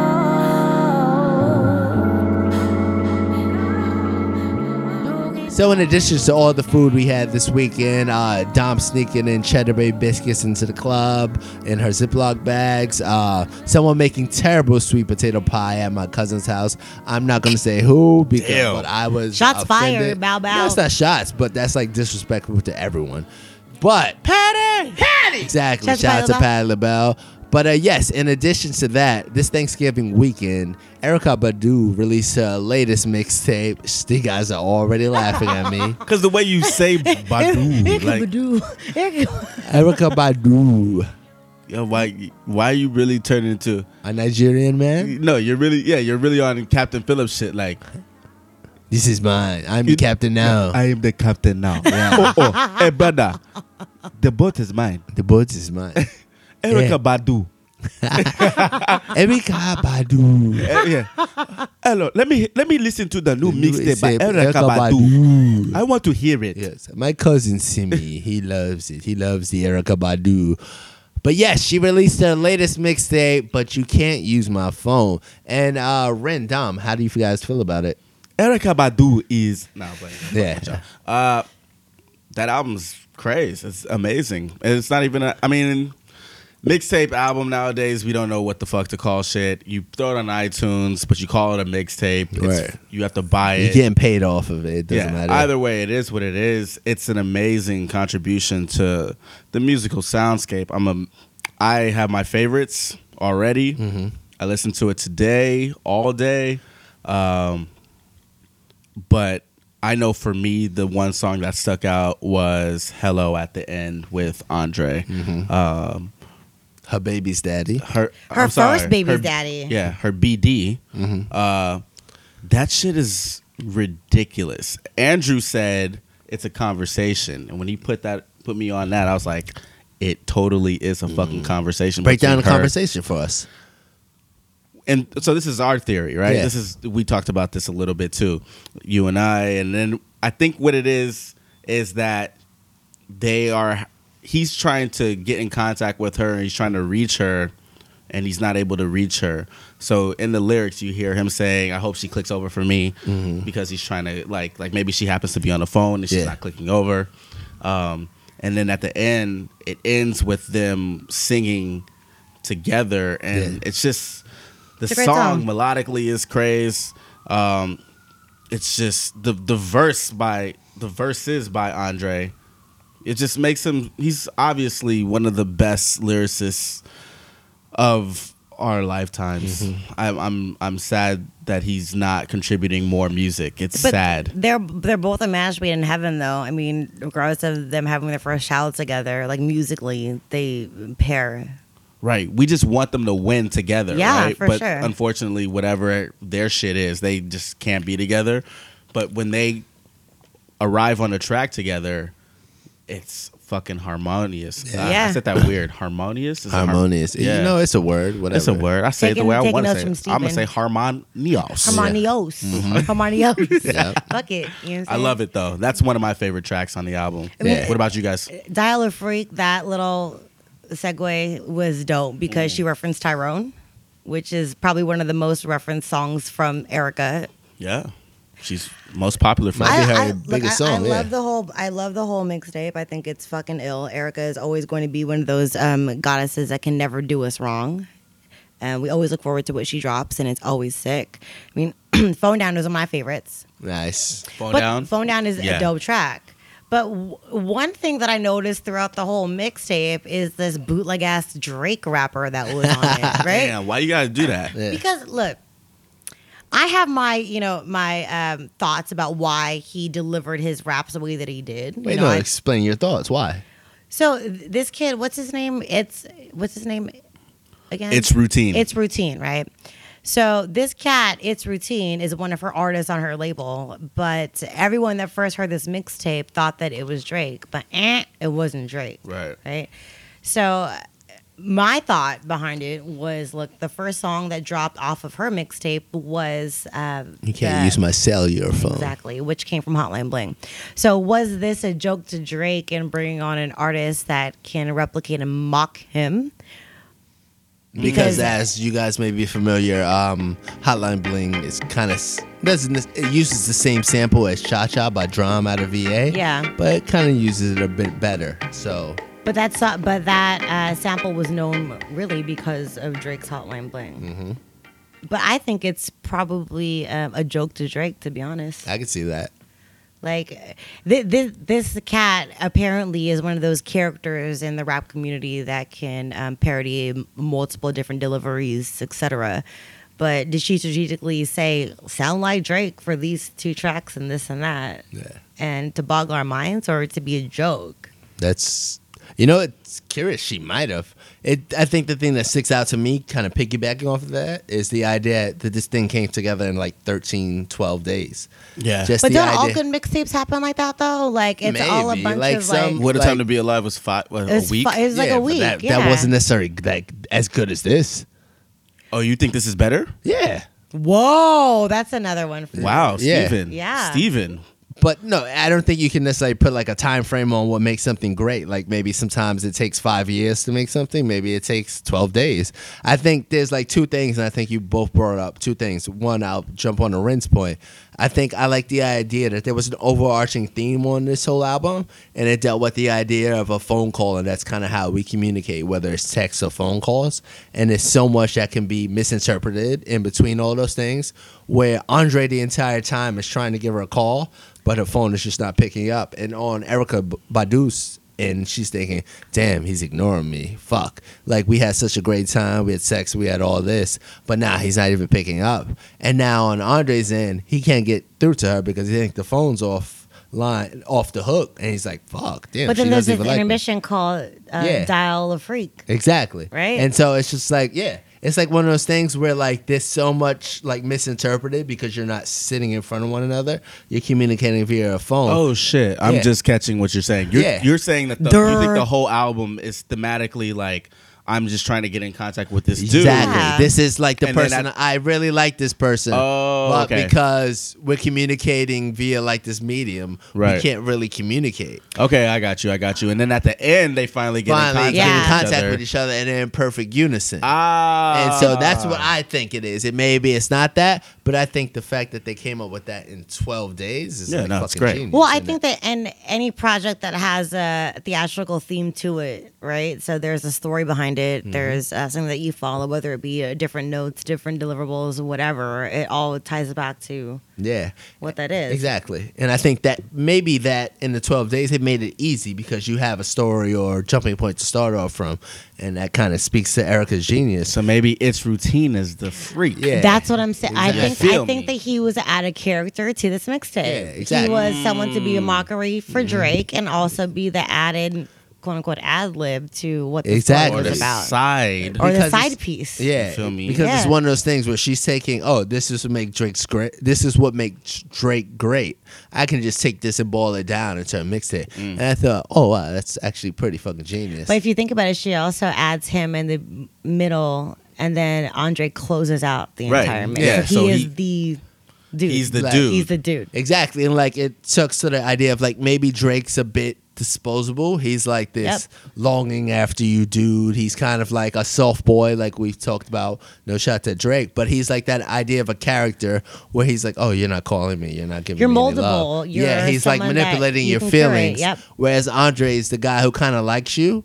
[SPEAKER 5] You can
[SPEAKER 1] So, in addition to all the food we had this weekend, uh, Dom sneaking in Cheddar Bay biscuits into the club in her Ziploc bags, uh, someone making terrible sweet potato pie at my cousin's house. I'm not going to say who because
[SPEAKER 2] Ew.
[SPEAKER 1] but I was.
[SPEAKER 3] Shots
[SPEAKER 1] offended.
[SPEAKER 3] fired, bow, bow.
[SPEAKER 1] That's not shots, but that's like disrespectful to everyone. But. Patty! Patty! Exactly.
[SPEAKER 3] Shots
[SPEAKER 1] Shout out to
[SPEAKER 3] fired, bow.
[SPEAKER 1] Patty LaBelle. But uh, yes, in addition to that, this Thanksgiving weekend, Erica Badu released her latest mixtape. Sh- You guys are already laughing at me.
[SPEAKER 2] Because the way you say Badu,
[SPEAKER 3] Erica
[SPEAKER 2] like,
[SPEAKER 3] Badu. Erica-
[SPEAKER 1] Erica Badu,
[SPEAKER 2] yo, why, why you really turning into?
[SPEAKER 1] a Nigerian man.
[SPEAKER 2] No, you're really, yeah, you're really on Captain Phillips shit. Like,
[SPEAKER 1] This is mine. I'm
[SPEAKER 2] You-
[SPEAKER 1] the captain now.
[SPEAKER 2] I am the captain now. oh, oh, hey, brother, the boat is mine.
[SPEAKER 1] the boat is mine.
[SPEAKER 2] Erica
[SPEAKER 1] Yeah.
[SPEAKER 2] Badu.
[SPEAKER 1] Erika Badu.
[SPEAKER 2] Eh, yeah. Hello, let me let me listen to the new
[SPEAKER 1] The new
[SPEAKER 2] mixtape by
[SPEAKER 1] mixtape,
[SPEAKER 2] Erica
[SPEAKER 1] Erica
[SPEAKER 2] Badu. I want to hear it.
[SPEAKER 1] Yes, my cousin Simi, he loves it. He loves the Erica Badu. But yes, she released her latest mixtape, but you can't use my phone. And uh Ren Dom, how do you guys feel about it?
[SPEAKER 2] Erica Badu is nah, but
[SPEAKER 1] Yeah.
[SPEAKER 2] uh, that album's crazy. It's amazing. It's not even. A, I mean, mixtape album nowadays. We don't know what the fuck to call shit. You throw it on iTunes, but you call it a mixtape. It's-
[SPEAKER 1] Right.
[SPEAKER 2] You have to buy
[SPEAKER 1] You're
[SPEAKER 2] it.
[SPEAKER 1] getting paid off of it. It doesn't matter.
[SPEAKER 2] Either way, it is what it is. It's an amazing contribution to the musical soundscape. I'm a, I have my favorites already.
[SPEAKER 1] Mm-hmm.
[SPEAKER 2] I listened to it today, all day. Um, but I know for me, the one song that stuck out was "Hello" at the end with Andre.
[SPEAKER 1] Mm-hmm.
[SPEAKER 2] Um,
[SPEAKER 1] her baby's daddy.
[SPEAKER 2] her
[SPEAKER 3] Her
[SPEAKER 2] I'm sorry,
[SPEAKER 3] first baby's
[SPEAKER 2] her-
[SPEAKER 3] daddy.
[SPEAKER 2] Yeah, her BD.
[SPEAKER 1] Mm-hmm.
[SPEAKER 2] Uh, that shit is ridiculous. Andrew said it's a conversation, and when he put that put me on that, I was like, it totally is a fucking conversation.
[SPEAKER 1] Mm. Break down the
[SPEAKER 2] between her-
[SPEAKER 1] conversation for us.
[SPEAKER 2] and so this is our theory, right?
[SPEAKER 1] Yeah.
[SPEAKER 2] This is we talked about this a little bit too, you and I, and then I think what it is is that they are he's trying to get in contact with her and he's trying to reach her and he's not able to reach her. So in the lyrics you hear him saying, I hope she clicks over for me because he's trying to like like maybe she happens to be on the phone and she's
[SPEAKER 1] Mm-hmm. Yeah.
[SPEAKER 2] not clicking over. Um, and then at the end it ends with them singing together and
[SPEAKER 1] Yeah.
[SPEAKER 2] it's just the
[SPEAKER 3] It's a
[SPEAKER 2] song,
[SPEAKER 3] great song.
[SPEAKER 2] melodically is crazy. Um, it's just the the verse by the verses by Andre. It just makes him. He's obviously one of the best lyricists of our lifetimes.
[SPEAKER 3] Mm-hmm.
[SPEAKER 2] I'm, I'm I'm sad that he's not contributing more music. It's sad.
[SPEAKER 3] They're they're both a match made in heaven, though. I mean, regardless of them having their first child together, like musically, they pair.
[SPEAKER 2] Right. We just want them to win together.
[SPEAKER 3] Yeah,
[SPEAKER 2] right?
[SPEAKER 3] for
[SPEAKER 2] but
[SPEAKER 3] sure.
[SPEAKER 2] unfortunately, whatever their shit is, they just can't be together. But when they arrive on a track together, it's fucking harmonious. Uh, I
[SPEAKER 3] Yeah.
[SPEAKER 2] said that weird. Harmonious? Is it har-
[SPEAKER 1] Harmonious.
[SPEAKER 2] yeah.
[SPEAKER 1] You know, it's a word. Whatever.
[SPEAKER 2] It's a word. I say it the
[SPEAKER 3] Taking-
[SPEAKER 2] way I
[SPEAKER 3] taking
[SPEAKER 2] want to
[SPEAKER 3] notes
[SPEAKER 2] say
[SPEAKER 3] from
[SPEAKER 2] it. I'm going to say
[SPEAKER 3] Stephen.
[SPEAKER 2] harmonious.
[SPEAKER 3] Harmonios, harmonios.
[SPEAKER 1] Yeah.
[SPEAKER 3] Fuck it. You know what I'm
[SPEAKER 2] I love it, though. That's one of my favorite tracks on the album.
[SPEAKER 1] mean, Yeah.
[SPEAKER 2] What about you guys?
[SPEAKER 3] saying? Dial a freak. That little segue was dope because
[SPEAKER 1] Mm.
[SPEAKER 3] she referenced Tyrone, which is probably one of the most referenced songs from Erica
[SPEAKER 2] Yeah. She's most popular for
[SPEAKER 1] Might
[SPEAKER 2] me.
[SPEAKER 1] be her
[SPEAKER 3] look,
[SPEAKER 1] biggest
[SPEAKER 3] I- I
[SPEAKER 1] song, yeah.
[SPEAKER 3] love the whole. I love the whole mixtape. I think it's fucking ill. Erica is always going to be one of those um, goddesses that can never do us wrong. And we always look forward to what she drops, and it's always sick. I mean, Phone Down is one of my favorites.
[SPEAKER 1] Nice.
[SPEAKER 2] Phone
[SPEAKER 3] But
[SPEAKER 2] down.
[SPEAKER 3] Phone Down is
[SPEAKER 2] Yeah.
[SPEAKER 3] a dope track. But w- one thing that I noticed throughout the whole mixtape is this bootleg ass Drake rapper that was on it, right?
[SPEAKER 2] Damn, why you got to do that?
[SPEAKER 1] Yeah.
[SPEAKER 3] Because look, I have my you know my um, thoughts about why he delivered his raps the way that he did. You
[SPEAKER 1] Wait,
[SPEAKER 3] know,
[SPEAKER 1] no,
[SPEAKER 3] I-
[SPEAKER 1] explain your thoughts. Why?
[SPEAKER 3] so th- this kid, what's his name? It's what's his name again?
[SPEAKER 2] It's routine.
[SPEAKER 3] It's routine, right? So this cat, it's routine, is one of her artists on her label. But everyone that first heard this mixtape thought that it was Drake, but eh, it wasn't Drake.
[SPEAKER 2] Right.
[SPEAKER 3] Right. So uh, my thought behind it was, look, the first song that dropped off of her mixtape was uh,
[SPEAKER 1] You can't
[SPEAKER 3] the-
[SPEAKER 1] use my cellular phone.
[SPEAKER 3] Exactly, which came from Hotline Bling. So, was this a joke to Drake and bringing on an artist that can replicate and mock him?
[SPEAKER 1] Because
[SPEAKER 3] Because-
[SPEAKER 1] as you guys may be familiar, um, Hotline Bling is kind of doesn't it uses the same sample as Cha Cha by Drum out of VA.
[SPEAKER 3] Yeah.
[SPEAKER 1] but it kind of uses it a bit better. So
[SPEAKER 3] But that's not- but that uh, sample was known really because of Drake's Hotline Bling.
[SPEAKER 1] Mm-hmm.
[SPEAKER 3] But I think it's probably um, a joke to Drake, to be honest.
[SPEAKER 1] I can see that.
[SPEAKER 3] Like th- th- this cat apparently is one of those characters in the rap community that can um, parody m- multiple different deliveries, etc. But did she strategically say sound like Drake for these two tracks and this and that,
[SPEAKER 1] Yeah,
[SPEAKER 3] and to boggle our minds or to be a joke?
[SPEAKER 1] that's You know, it's curious. She might have. It. I think the thing that sticks out to me, kind of piggybacking off of that, is the idea that this thing came together in like 13, 12 days.
[SPEAKER 2] Yeah.
[SPEAKER 1] Just
[SPEAKER 3] But
[SPEAKER 1] the
[SPEAKER 3] don't all
[SPEAKER 1] idea.
[SPEAKER 3] good mixtapes happen like that though? Like it's all a
[SPEAKER 1] Maybe,
[SPEAKER 3] bunch
[SPEAKER 1] like
[SPEAKER 3] of
[SPEAKER 1] some-
[SPEAKER 3] like
[SPEAKER 2] What a
[SPEAKER 1] Like-
[SPEAKER 2] time to be alive was five what,
[SPEAKER 3] it
[SPEAKER 2] a
[SPEAKER 3] was,
[SPEAKER 2] week.
[SPEAKER 3] fu- it was like
[SPEAKER 1] Yeah,
[SPEAKER 3] a
[SPEAKER 1] but
[SPEAKER 3] week.
[SPEAKER 1] That,
[SPEAKER 3] yeah.
[SPEAKER 1] that wasn't necessarily like as good as this.
[SPEAKER 2] oh, you think this is better?
[SPEAKER 1] Yeah.
[SPEAKER 3] Whoa, that's another one. For
[SPEAKER 2] Wow,
[SPEAKER 1] Yeah.
[SPEAKER 2] Steven.
[SPEAKER 3] Yeah.
[SPEAKER 2] Steven.
[SPEAKER 1] But no, I don't think you can necessarily put like a time frame on what makes something great. Like maybe sometimes it takes five years to make something, maybe it takes twelve days. I think there's like two things, and I think you both brought up two things. One, I'll jump on a Ren's point. I think I like the idea that there was an overarching theme on this whole album, and it dealt with the idea of a phone call, and that's kind of how we communicate, whether it's text or phone calls. And there's so much that can be misinterpreted in between all those things. Where Andre the entire time is trying to give her a call, but her phone is just not picking up. And on Erica B- Badu's, and she's thinking, "Damn, he's ignoring me. Fuck. Like we had such a great time. We had sex. We had all this, but now he's not even picking up. And now on Andre's end, he can't get through to her because he think the phone's off line, off the hook. And he's like, "Fuck, damn."
[SPEAKER 3] But then
[SPEAKER 1] she
[SPEAKER 3] there's
[SPEAKER 1] doesn't
[SPEAKER 3] this
[SPEAKER 1] even like me.
[SPEAKER 3] intermission called uh,
[SPEAKER 1] Yeah.
[SPEAKER 3] "Dial a Freak."
[SPEAKER 1] Exactly.
[SPEAKER 3] Right?
[SPEAKER 1] And so it's just like, yeah, it's like one of those things where like there's so much like misinterpreted because you're not sitting in front of one another. You're communicating via a phone.
[SPEAKER 2] Oh shit! I'm
[SPEAKER 1] Yeah.
[SPEAKER 2] just catching what you're saying. You're,
[SPEAKER 1] Yeah.
[SPEAKER 2] you're saying that the, you
[SPEAKER 3] Durr.
[SPEAKER 2] think the whole album is thematically like I'm just trying to get in contact with this dude.
[SPEAKER 1] Exactly.
[SPEAKER 3] Yeah.
[SPEAKER 1] This is like the
[SPEAKER 2] And then
[SPEAKER 1] person
[SPEAKER 2] at-
[SPEAKER 1] I really like this person.
[SPEAKER 2] Oh,
[SPEAKER 1] but
[SPEAKER 2] okay.
[SPEAKER 1] because we're communicating via like this medium, we
[SPEAKER 2] Right.
[SPEAKER 1] can't really communicate.
[SPEAKER 2] Okay, I got you. I got you. And then at the end, they finally get in
[SPEAKER 1] Finally
[SPEAKER 2] contact,
[SPEAKER 1] get in
[SPEAKER 3] Yeah.
[SPEAKER 1] contact
[SPEAKER 2] with, each other.
[SPEAKER 1] with each other and they're in perfect unison.
[SPEAKER 2] Ah,
[SPEAKER 1] and so that's what I think it is. It may be it's not that, but I think the fact that they came up with that in twelve days is
[SPEAKER 2] Yeah,
[SPEAKER 1] like
[SPEAKER 2] no, it's
[SPEAKER 1] fucking
[SPEAKER 2] great.
[SPEAKER 1] genius.
[SPEAKER 3] Well, I
[SPEAKER 1] And
[SPEAKER 3] think that and any project that has a theatrical theme to it, right? So there's a story behind it.
[SPEAKER 1] Mm-hmm.
[SPEAKER 3] There's uh, something that you follow, whether it be uh, different notes, different deliverables, whatever. It all ties back to
[SPEAKER 1] Yeah.
[SPEAKER 3] what that is.
[SPEAKER 1] Exactly. And I think that maybe that in the 12 days, it made it easy because you have a story or jumping point to start off from. And that kind of speaks to Erica's genius.
[SPEAKER 2] So maybe its routine is the freak.
[SPEAKER 1] Yeah.
[SPEAKER 3] That's what I'm saying. I
[SPEAKER 1] Exactly.
[SPEAKER 3] think
[SPEAKER 2] Feel
[SPEAKER 3] I think
[SPEAKER 2] me.
[SPEAKER 3] that he was out of character to this mixtape.
[SPEAKER 1] Yeah, exactly.
[SPEAKER 3] He was someone to be a mockery for
[SPEAKER 2] Mm-hmm.
[SPEAKER 3] Drake and also be the added quote unquote ad lib to what the
[SPEAKER 1] Exactly.
[SPEAKER 2] Or
[SPEAKER 3] song
[SPEAKER 2] the
[SPEAKER 3] was about.
[SPEAKER 2] side.
[SPEAKER 3] or the
[SPEAKER 1] Because it's-
[SPEAKER 3] side piece.
[SPEAKER 1] Yeah,
[SPEAKER 2] You feel me?
[SPEAKER 1] because it's
[SPEAKER 3] Yeah.
[SPEAKER 1] one of those things where she's taking, oh, this is what make Drake's great. This is what makes Drake great. I can just take this and boil it down into a mixtape.
[SPEAKER 2] Mm.
[SPEAKER 1] And I thought, oh wow, that's actually pretty fucking genius.
[SPEAKER 3] But if you think about it, she also adds him in the m- middle, and then Andre closes out the
[SPEAKER 2] Right.
[SPEAKER 3] entire mix.
[SPEAKER 2] Yeah,
[SPEAKER 3] So he
[SPEAKER 2] so
[SPEAKER 3] is
[SPEAKER 2] he-
[SPEAKER 3] the dude.
[SPEAKER 2] he's the
[SPEAKER 1] Like,
[SPEAKER 2] dude.
[SPEAKER 3] He's the dude.
[SPEAKER 1] Exactly, and like it sucks to the idea of like maybe Drake's a bit disposable. He's like this longing after you, dude. He's kind of like a soft boy, like we've talked about. No shot to Drake, but he's like that idea of a character where he's like, oh, you're not calling me, you're not giving
[SPEAKER 3] You're
[SPEAKER 1] me any
[SPEAKER 3] moldable.
[SPEAKER 1] love."
[SPEAKER 3] You're
[SPEAKER 1] yeah, he's like
[SPEAKER 3] someone that
[SPEAKER 1] manipulating
[SPEAKER 3] you
[SPEAKER 1] your
[SPEAKER 3] can curate.
[SPEAKER 1] feelings.
[SPEAKER 3] Yep.
[SPEAKER 1] Whereas Andre is the guy who kind of likes you.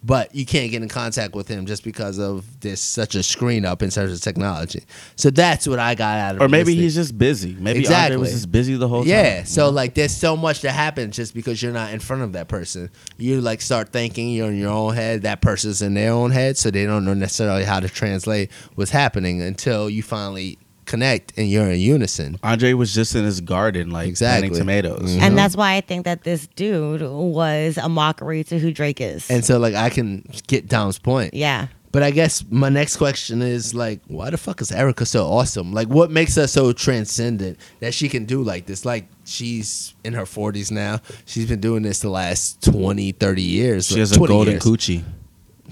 [SPEAKER 1] But you can't get in contact with him just because of there's such a screen up in terms of technology. So that's what I got out of it.
[SPEAKER 2] or maybe he's just busy. Maybe Andre
[SPEAKER 1] Exactly.
[SPEAKER 2] was just busy the whole time.
[SPEAKER 1] Yeah. So like, there's so much that happens just because you're not in front of that person. You like start thinking you're in your own head. That person's in their own head, so they don't know necessarily how to translate what's happening until you finally connect and you're in unison.
[SPEAKER 2] Andre was just in his garden, like
[SPEAKER 1] Exactly.
[SPEAKER 2] planting tomatoes.
[SPEAKER 1] Mhm.
[SPEAKER 3] And that's why I think that this dude was a mockery to who Drake is.
[SPEAKER 1] And so like, I can get Dom's point.
[SPEAKER 3] yeah.
[SPEAKER 1] But I guess my next question is like, why the fuck is Erica so awesome? Like, what makes her so transcendent that she can do like this? Like, she's in her 40s now. She's been doing this the last 20, 30 years.
[SPEAKER 2] She
[SPEAKER 1] like,
[SPEAKER 2] has a
[SPEAKER 1] 20
[SPEAKER 2] golden
[SPEAKER 1] years.
[SPEAKER 2] coochie.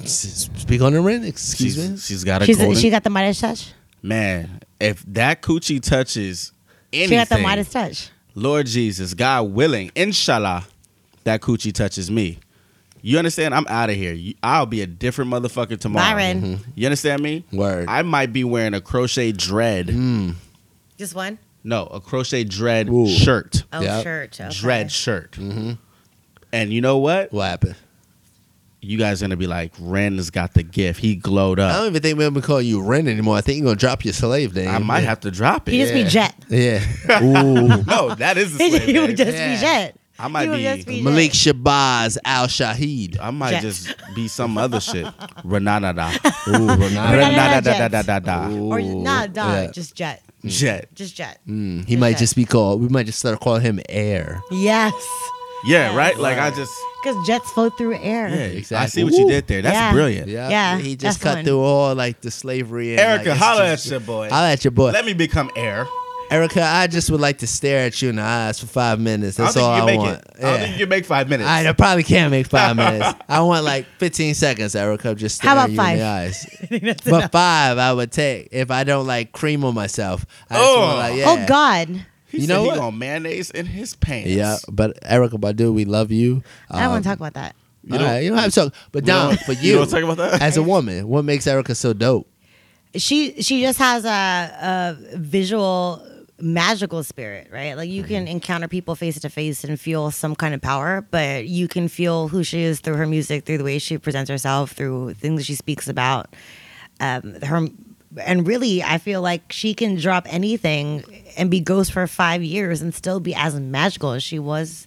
[SPEAKER 1] S- Speak on the rent, excuse me.
[SPEAKER 2] She's, she's got a
[SPEAKER 3] She's
[SPEAKER 2] golden.
[SPEAKER 3] she got the Midas touch.
[SPEAKER 2] Man, if that coochie touches anything,
[SPEAKER 3] She got the Midas touch.
[SPEAKER 2] Lord Jesus, God willing, inshallah, that coochie touches me. You understand? I'm out of here. You- I'll be a different motherfucker tomorrow.
[SPEAKER 3] Byron.
[SPEAKER 1] Mm-hmm.
[SPEAKER 2] You understand me?
[SPEAKER 1] Word.
[SPEAKER 2] I might be wearing a crochet dread.
[SPEAKER 3] Just one?
[SPEAKER 2] No, a crochet dread
[SPEAKER 1] Mm. Ooh. Mm-hmm.
[SPEAKER 2] shirt.
[SPEAKER 3] Oh,
[SPEAKER 1] Yep.
[SPEAKER 3] church. Okay.
[SPEAKER 2] Dread shirt. And you know what?
[SPEAKER 1] What happened?
[SPEAKER 2] You guys gonna be like, Ren has got the gift. He glowed
[SPEAKER 1] I
[SPEAKER 2] up.
[SPEAKER 1] don't even think we're gonna call you Ren anymore. I think you're gonna drop your slave name.
[SPEAKER 2] I might have to drop it.
[SPEAKER 3] He just be Jet.
[SPEAKER 1] Yeah. Ooh.
[SPEAKER 2] no, that is the slave
[SPEAKER 3] he would
[SPEAKER 2] name.
[SPEAKER 3] just
[SPEAKER 1] Yeah.
[SPEAKER 3] be Jet.
[SPEAKER 2] I might
[SPEAKER 3] He would
[SPEAKER 2] be-
[SPEAKER 3] just Jet.
[SPEAKER 1] Malik Shabazz Al Shahid.
[SPEAKER 2] I might
[SPEAKER 3] Jet.
[SPEAKER 2] just be some other shit. Renanada.
[SPEAKER 1] Ooh, Renata.
[SPEAKER 3] Renata
[SPEAKER 2] Renanada.
[SPEAKER 3] Or nah, dog.
[SPEAKER 1] Yeah. Mm.
[SPEAKER 3] Just Jet.
[SPEAKER 2] Jet.
[SPEAKER 3] Just Jet.
[SPEAKER 1] He might just be called. We might just start calling him Air.
[SPEAKER 3] Yes.
[SPEAKER 2] Yeah, right? Like I just
[SPEAKER 3] Because jets float through air.
[SPEAKER 2] Yeah, I see
[SPEAKER 1] Exactly.
[SPEAKER 2] what you
[SPEAKER 1] Woo.
[SPEAKER 2] did there. That's
[SPEAKER 3] Yeah.
[SPEAKER 2] brilliant.
[SPEAKER 1] Yeah,
[SPEAKER 3] Yeah,
[SPEAKER 1] He just
[SPEAKER 3] that's
[SPEAKER 1] cut
[SPEAKER 3] one.
[SPEAKER 1] through all like the slavery. And,
[SPEAKER 2] Erica,
[SPEAKER 1] like,
[SPEAKER 2] holla
[SPEAKER 1] institutions.
[SPEAKER 2] at your boy.
[SPEAKER 1] Holla at your boy.
[SPEAKER 2] Let me become air.
[SPEAKER 1] Erica, I just would like to stare at you in the eyes for five minutes. That's
[SPEAKER 2] I don't
[SPEAKER 1] all
[SPEAKER 2] think
[SPEAKER 1] I
[SPEAKER 2] you can make
[SPEAKER 1] want.
[SPEAKER 2] it. I don't think you can make five minutes.
[SPEAKER 1] I, I probably can't make five minutes. I want like 15 seconds, Erica. of Just
[SPEAKER 3] How
[SPEAKER 1] staring
[SPEAKER 3] about
[SPEAKER 1] you in
[SPEAKER 3] five?
[SPEAKER 1] the eyes. but five, I would take if I don't like cream on myself. I just
[SPEAKER 2] Oh.
[SPEAKER 1] want, like, yeah.
[SPEAKER 3] Oh God,
[SPEAKER 2] he
[SPEAKER 1] You
[SPEAKER 2] said
[SPEAKER 1] know
[SPEAKER 2] he
[SPEAKER 1] what?
[SPEAKER 2] gonna mayonnaise in his pants.
[SPEAKER 1] Yeah, but Erica Badu, we love you.
[SPEAKER 3] I don't want to
[SPEAKER 1] Um,
[SPEAKER 3] talk about that.
[SPEAKER 1] all right, You don't, have to talk. But
[SPEAKER 2] You
[SPEAKER 1] Dom,
[SPEAKER 2] don't-
[SPEAKER 1] for
[SPEAKER 2] you
[SPEAKER 1] you,
[SPEAKER 2] don't talk about that?
[SPEAKER 1] as a woman, what makes Erica so dope?
[SPEAKER 3] She she just has a, a visual magical spirit, right? Like you
[SPEAKER 2] Mm-hmm.
[SPEAKER 3] can encounter people face to face and feel some kind of power, but you can feel who she is through her music, through the way she presents herself, through things she speaks about. Um, her and really, I feel like she can drop anything and be ghost for five years and still be as magical as she was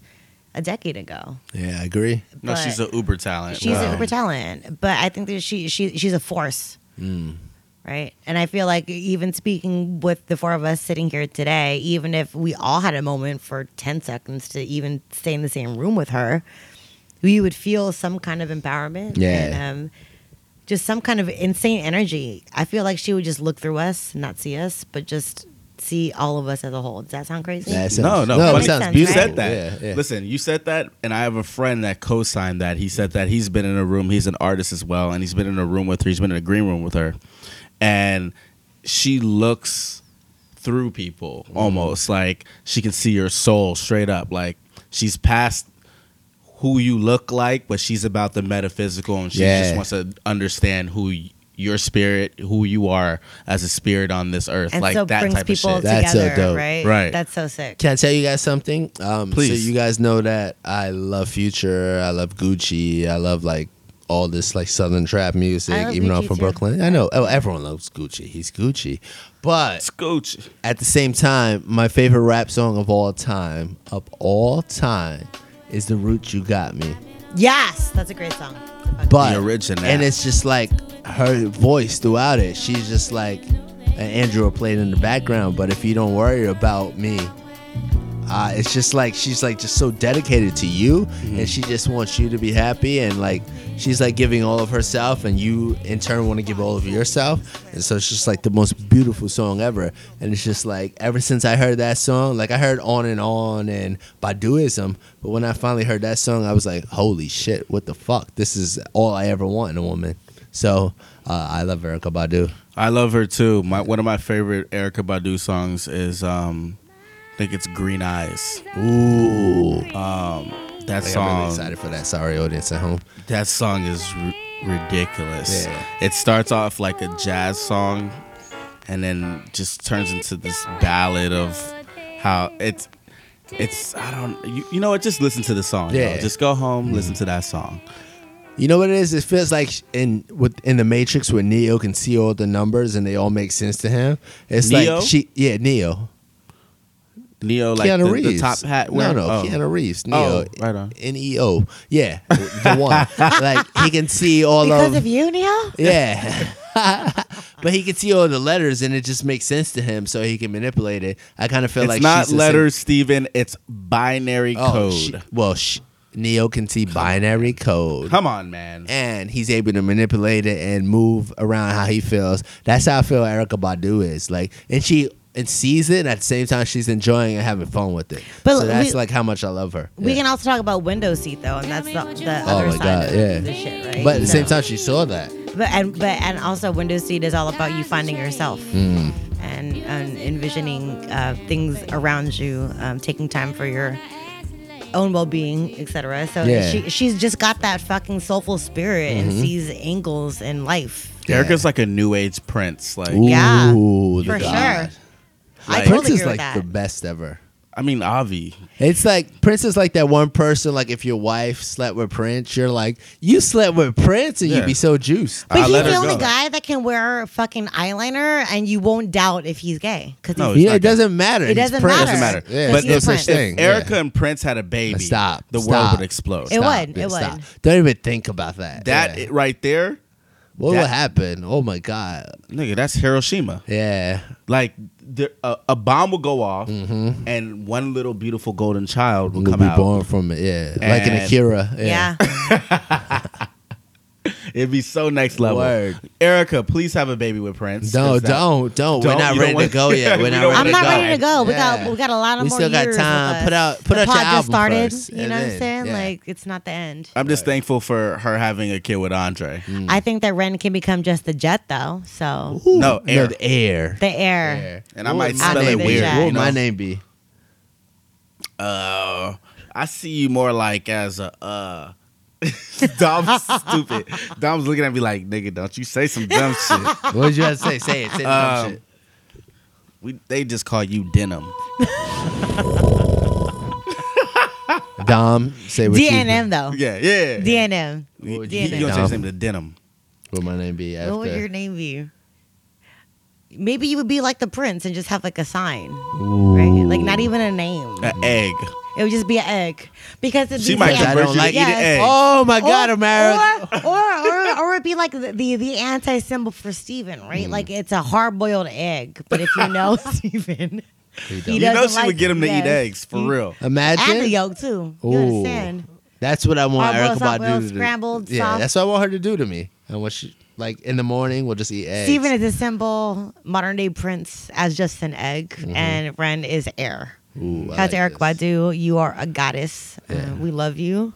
[SPEAKER 3] a decade ago.
[SPEAKER 1] Yeah, I agree.
[SPEAKER 2] No,
[SPEAKER 3] But-
[SPEAKER 2] she's a uber talent.
[SPEAKER 3] She's
[SPEAKER 2] Wow.
[SPEAKER 3] an uber talent, but I think that she she she's a force,
[SPEAKER 2] Mm.
[SPEAKER 3] right? And I feel like even speaking with the four of us sitting here today, even if we all had a moment for ten seconds to even stay in the same room with her, we would feel some kind of empowerment.
[SPEAKER 1] Yeah.
[SPEAKER 3] And, um, just some kind of insane energy. I feel like she would just look through us, not see us, but just see all of us as a whole. Does that sound crazy?
[SPEAKER 1] That's it.
[SPEAKER 2] No, no,
[SPEAKER 1] No, it
[SPEAKER 2] but
[SPEAKER 1] sounds
[SPEAKER 2] You
[SPEAKER 1] beautiful.
[SPEAKER 2] said that.
[SPEAKER 1] Yeah, yeah.
[SPEAKER 2] Listen, you said that, and I have a friend that co-signed that. He said that he's been in a room. He's an artist as well, and he's been in a room with her. He's been in a green room with her, and she looks through people
[SPEAKER 1] Mm.
[SPEAKER 2] almost like she can see your soul straight up. Like she's past who you look like, but she's about the metaphysical, and she
[SPEAKER 1] Yeah.
[SPEAKER 2] just wants to understand who. y- your spirit, who you are as a spirit on this earth,
[SPEAKER 3] and
[SPEAKER 2] like
[SPEAKER 3] so
[SPEAKER 2] that
[SPEAKER 3] brings
[SPEAKER 2] type of
[SPEAKER 3] people
[SPEAKER 2] shit.
[SPEAKER 1] That's so
[SPEAKER 3] together,
[SPEAKER 1] dope.
[SPEAKER 3] right?
[SPEAKER 2] Right.
[SPEAKER 3] That's so sick.
[SPEAKER 1] Can I tell you guys something? Um,
[SPEAKER 2] Please.
[SPEAKER 1] So you guys know that I love Future. I love Gucci. I love like all this like Southern trap music.
[SPEAKER 3] I love
[SPEAKER 1] even though I'm
[SPEAKER 3] Gucci,
[SPEAKER 1] from
[SPEAKER 3] too.
[SPEAKER 1] Brooklyn, I know. Oh, everyone loves Gucci. He's Gucci. But
[SPEAKER 2] Scooch.
[SPEAKER 1] at the same time, my favorite rap song of all time, of all time, is "The Root You Got Me."
[SPEAKER 3] Yes, that's a great song.
[SPEAKER 1] But
[SPEAKER 2] The original.
[SPEAKER 1] and it's just like her voice throughout it. She's just like an Andrew played in the background. But if you don't worry about me, uh, it's just like she's like just so dedicated to you, and she just wants you to be happy, and like she's like giving all of herself, and you in turn want to give all of yourself, and so it's just like the most beautiful song ever, and it's just like ever since I heard that song, like I heard on and on and Baduism, but when I finally heard that song, I was like, holy shit, what the fuck? This is all I ever want in a woman. So uh, I love Erica Badu.
[SPEAKER 2] I love her too. My one of my favorite Erica Badu songs is um I think it's Green Eyes.
[SPEAKER 1] Ooh, Like,
[SPEAKER 2] That
[SPEAKER 1] I'm
[SPEAKER 2] song
[SPEAKER 1] really excited for that. Sorry, audience at home.
[SPEAKER 2] that song is r- ridiculous.
[SPEAKER 1] Yeah.
[SPEAKER 2] It starts off like a jazz song and then just turns into this ballad of how it's it's I don't you, you know what just listen to the song. Yeah.
[SPEAKER 1] Yeah. Mm-hmm.
[SPEAKER 2] Just go home, listen to that song.
[SPEAKER 1] You know what it is? It feels like sh- in with in the Matrix where Neo can see all the numbers and they all make sense to him. It's
[SPEAKER 2] Neo?
[SPEAKER 1] like she, yeah, Neo,
[SPEAKER 2] Neo like
[SPEAKER 1] Keanu
[SPEAKER 2] the, the
[SPEAKER 1] Reeves,
[SPEAKER 2] top hat.
[SPEAKER 1] No,
[SPEAKER 2] wearing-
[SPEAKER 1] no,
[SPEAKER 2] oh.
[SPEAKER 1] Keanu Reeves,
[SPEAKER 2] Oh,
[SPEAKER 1] Neo,
[SPEAKER 2] right on.
[SPEAKER 1] N E O, yeah, the one. like he can see all
[SPEAKER 3] Because
[SPEAKER 1] of,
[SPEAKER 3] of you, Neil?
[SPEAKER 1] yeah. but he can see all the letters and it just makes sense to him, so he can manipulate it. I kind of feel
[SPEAKER 2] It's
[SPEAKER 1] like
[SPEAKER 2] not
[SPEAKER 1] she's the same-
[SPEAKER 2] letters, Steven. It's binary
[SPEAKER 1] Oh,
[SPEAKER 2] code.
[SPEAKER 1] she- well, sh- Neo can see binary code.
[SPEAKER 2] Come on, man.
[SPEAKER 1] and he's able to manipulate it and move around how he feels. That's how I feel Erica Badu is like, and she and sees it and at the same time she's enjoying and having fun with it.
[SPEAKER 3] But
[SPEAKER 1] so that's
[SPEAKER 3] we-
[SPEAKER 1] like how much I love her.
[SPEAKER 3] We
[SPEAKER 1] Yeah.
[SPEAKER 3] can also talk about window seat though, and that's the, the
[SPEAKER 1] Oh
[SPEAKER 3] other
[SPEAKER 1] my
[SPEAKER 3] side
[SPEAKER 1] god,
[SPEAKER 3] of
[SPEAKER 1] yeah.
[SPEAKER 3] the shit, right?
[SPEAKER 1] But at the
[SPEAKER 3] So-
[SPEAKER 1] same time, she saw that.
[SPEAKER 3] but and but and also window seat is all about you finding yourself
[SPEAKER 1] Hmm.
[SPEAKER 3] and, and envisioning uh, things around you, um, taking time for your own well-being, etc. So
[SPEAKER 1] Yeah. Mm-hmm.
[SPEAKER 3] she she's just got that fucking soulful spirit and sees angles in life.
[SPEAKER 2] Erica's like a new age prince. Like
[SPEAKER 3] Yeah,
[SPEAKER 1] Ooh,
[SPEAKER 3] for
[SPEAKER 1] Oh, the god.
[SPEAKER 3] sure. I
[SPEAKER 2] Like-
[SPEAKER 3] totally
[SPEAKER 1] Prince
[SPEAKER 3] agree
[SPEAKER 1] is
[SPEAKER 3] with
[SPEAKER 1] like
[SPEAKER 3] that.
[SPEAKER 1] the best ever.
[SPEAKER 2] I mean, Avi.
[SPEAKER 1] It's like Prince is like that one person. Like if your wife slept with Prince, you're like you slept with Prince, and
[SPEAKER 2] Yeah.
[SPEAKER 1] you'd be so juiced.
[SPEAKER 3] But
[SPEAKER 2] I
[SPEAKER 3] he's
[SPEAKER 2] let
[SPEAKER 3] the
[SPEAKER 2] her
[SPEAKER 3] only
[SPEAKER 2] go.
[SPEAKER 3] guy that can wear fucking eyeliner, and you won't doubt if he's gay. Cause
[SPEAKER 2] No,
[SPEAKER 3] he's,
[SPEAKER 2] it's
[SPEAKER 1] yeah,
[SPEAKER 2] not
[SPEAKER 1] it doesn't matter. He's
[SPEAKER 3] doesn't
[SPEAKER 1] Prince.
[SPEAKER 3] matter.
[SPEAKER 2] Doesn't matter.
[SPEAKER 1] Yeah,
[SPEAKER 2] But
[SPEAKER 1] but no
[SPEAKER 3] he's
[SPEAKER 1] such
[SPEAKER 3] Prince.
[SPEAKER 1] thing.
[SPEAKER 2] If
[SPEAKER 1] yeah.
[SPEAKER 2] Erica and Prince had a baby,
[SPEAKER 1] Stop.
[SPEAKER 2] the
[SPEAKER 1] Stop.
[SPEAKER 2] world would explode.
[SPEAKER 3] It
[SPEAKER 1] Stop.
[SPEAKER 3] would, it
[SPEAKER 1] stop.
[SPEAKER 3] would.
[SPEAKER 1] Don't even think about that.
[SPEAKER 2] That
[SPEAKER 1] Yeah.
[SPEAKER 2] it- right there,
[SPEAKER 1] what
[SPEAKER 2] that-
[SPEAKER 1] would happen? Oh my god.
[SPEAKER 2] nigga, that's Hiroshima.
[SPEAKER 1] Yeah.
[SPEAKER 2] Like there, a, a bomb will go off,
[SPEAKER 1] Mm-hmm.
[SPEAKER 2] and one little beautiful golden child will
[SPEAKER 1] We'll
[SPEAKER 2] come
[SPEAKER 1] be
[SPEAKER 2] out.
[SPEAKER 1] born from it, yeah. like an
[SPEAKER 2] And-
[SPEAKER 1] Akira.
[SPEAKER 3] Yeah.
[SPEAKER 2] It'd be so next level.
[SPEAKER 1] Word.
[SPEAKER 2] Erica, please have a baby with Prince.
[SPEAKER 1] No,
[SPEAKER 2] It's not-
[SPEAKER 1] don't, don't, We're
[SPEAKER 2] Don't,
[SPEAKER 1] not
[SPEAKER 2] you don't
[SPEAKER 1] ready
[SPEAKER 2] want-
[SPEAKER 1] to go yet. We're
[SPEAKER 2] We
[SPEAKER 1] not
[SPEAKER 2] don't
[SPEAKER 1] ready
[SPEAKER 2] wanna
[SPEAKER 3] I'm
[SPEAKER 1] to
[SPEAKER 3] not
[SPEAKER 1] go.
[SPEAKER 3] ready to go. We
[SPEAKER 1] Yeah.
[SPEAKER 3] got we got a lot of
[SPEAKER 1] We
[SPEAKER 3] more
[SPEAKER 1] still got
[SPEAKER 3] years
[SPEAKER 1] time.
[SPEAKER 3] Of us.
[SPEAKER 1] Put out- put
[SPEAKER 3] the
[SPEAKER 1] out your
[SPEAKER 3] pod just
[SPEAKER 1] album
[SPEAKER 3] started.
[SPEAKER 1] first,
[SPEAKER 3] you
[SPEAKER 1] and
[SPEAKER 3] know what
[SPEAKER 1] then-
[SPEAKER 3] I'm saying?
[SPEAKER 1] yeah.
[SPEAKER 3] Like it's not the end.
[SPEAKER 2] I'm just thankful for her having a kid with Andre.
[SPEAKER 1] Mm.
[SPEAKER 3] I think that Ren can become just the jet though. So
[SPEAKER 2] No, air.
[SPEAKER 1] the air.
[SPEAKER 3] the air.
[SPEAKER 2] And I
[SPEAKER 1] What
[SPEAKER 2] might
[SPEAKER 1] would
[SPEAKER 3] spell
[SPEAKER 1] my
[SPEAKER 3] it
[SPEAKER 1] name be?
[SPEAKER 3] weird,
[SPEAKER 1] What would
[SPEAKER 2] you
[SPEAKER 1] my
[SPEAKER 2] know?
[SPEAKER 1] name be?
[SPEAKER 2] Uh, I see you more like as a uh. Dom's stupid. Dom's looking at me like, nigga, don't you say some dumb shit.
[SPEAKER 1] What did you have to say? Say it. Say some
[SPEAKER 2] Um,
[SPEAKER 1] shit.
[SPEAKER 2] We, they just call you denim.
[SPEAKER 1] Dom, say what you
[SPEAKER 3] DNM though.
[SPEAKER 2] Yeah, yeah.
[SPEAKER 3] DNM.
[SPEAKER 2] You, you,
[SPEAKER 1] What would
[SPEAKER 2] you
[SPEAKER 1] you
[SPEAKER 2] gonna
[SPEAKER 1] think?
[SPEAKER 2] change his name to denim.
[SPEAKER 1] What would my name be after?
[SPEAKER 3] What would your name be? Maybe you would be like the prince and just have like a sign, right? Like not even a name.
[SPEAKER 1] Uh,
[SPEAKER 2] An egg.
[SPEAKER 3] It would just be an egg because it'd
[SPEAKER 2] She
[SPEAKER 3] be
[SPEAKER 2] might
[SPEAKER 3] like-
[SPEAKER 2] just
[SPEAKER 1] I don't
[SPEAKER 2] you
[SPEAKER 1] like
[SPEAKER 2] to eat an
[SPEAKER 3] Yes.
[SPEAKER 2] egg.
[SPEAKER 1] Oh my God,
[SPEAKER 3] or,
[SPEAKER 1] America.
[SPEAKER 3] Or, or, or, or it'd be like the, the, the anti symbol for Steven, right?
[SPEAKER 1] Mm.
[SPEAKER 3] Like it's a hard boiled egg. But if you know Steven,
[SPEAKER 1] He
[SPEAKER 3] he
[SPEAKER 1] don't.
[SPEAKER 2] you know
[SPEAKER 3] doesn't
[SPEAKER 2] she
[SPEAKER 3] like-
[SPEAKER 2] would get him to
[SPEAKER 3] yes.
[SPEAKER 2] eat eggs for real.
[SPEAKER 3] And the
[SPEAKER 1] Imagine.
[SPEAKER 3] yolk, too. You
[SPEAKER 1] Ooh.
[SPEAKER 3] understand?
[SPEAKER 1] That's what I want
[SPEAKER 3] Hard-boiled,
[SPEAKER 1] Erica Badu to
[SPEAKER 3] soft-boiled,
[SPEAKER 1] do.
[SPEAKER 3] scrambled,
[SPEAKER 1] yeah,
[SPEAKER 3] soft.
[SPEAKER 1] that's what I want her to do to me. And what she like in the morning, we'll just eat eggs.
[SPEAKER 3] Steven is a symbol, modern day prince, as just an egg,
[SPEAKER 1] Mm-hmm.
[SPEAKER 3] and Ren is air.
[SPEAKER 1] Ooh, I
[SPEAKER 3] That's
[SPEAKER 1] like
[SPEAKER 3] Eric
[SPEAKER 1] this.
[SPEAKER 3] Badu. You are a goddess. Uh,
[SPEAKER 1] Yeah. Mm-hmm.
[SPEAKER 3] we love you.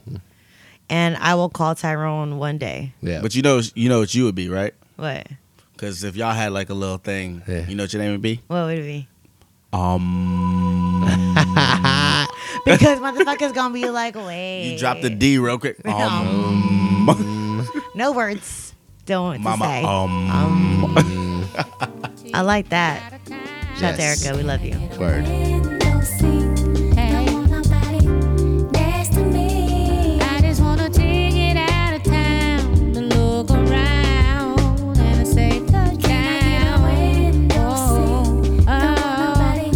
[SPEAKER 3] And I will call Tyrone one day.
[SPEAKER 1] Yeah,
[SPEAKER 2] But you know, you know what you would be, right?
[SPEAKER 3] What?
[SPEAKER 2] Because if y'all had like a little thing,
[SPEAKER 1] Yeah.
[SPEAKER 2] you know what your name would be?
[SPEAKER 3] What would it be?
[SPEAKER 2] Um,
[SPEAKER 3] Because motherfuckers gonna be like, wait.
[SPEAKER 2] you drop the D real quick. Um,
[SPEAKER 3] No words. Don't want
[SPEAKER 2] mama.
[SPEAKER 3] to say.
[SPEAKER 2] Um,
[SPEAKER 3] I like that.
[SPEAKER 1] Yes.
[SPEAKER 3] Shout out to Erica. We love you.
[SPEAKER 1] Word.
[SPEAKER 5] I just wanna take it out of town and look around and say the town. Oh, oh.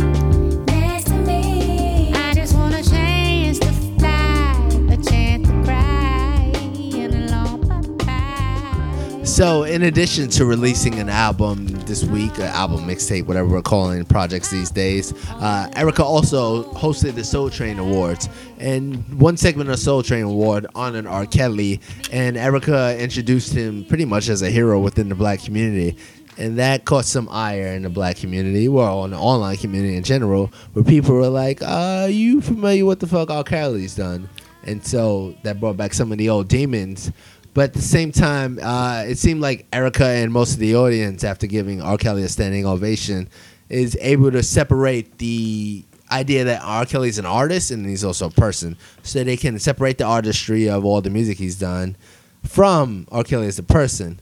[SPEAKER 5] I just want a chance to fly, a chance to cry, and a long goodbye.
[SPEAKER 1] So, in addition to releasing an album this week, an album mixtape, whatever we're calling projects these days, uh, Erica also hosted the Soul Train Awards and one segment of Soul Train Award honored R. Kelly, and Erica introduced him pretty much as a hero within the black community. And that caught some ire in the black community, well, in the online community in general, where people were like, "Are you familiar with the fuck R. Kelly's done?" And so that brought back some of the old demons. But at the same time, uh, it seemed like Erica and most of the audience, after giving R. Kelly a standing ovation, is able to separate the idea that R. Kelly's an artist and he's also a person. So they can separate the artistry of all the music he's done from R. Kelly as a person.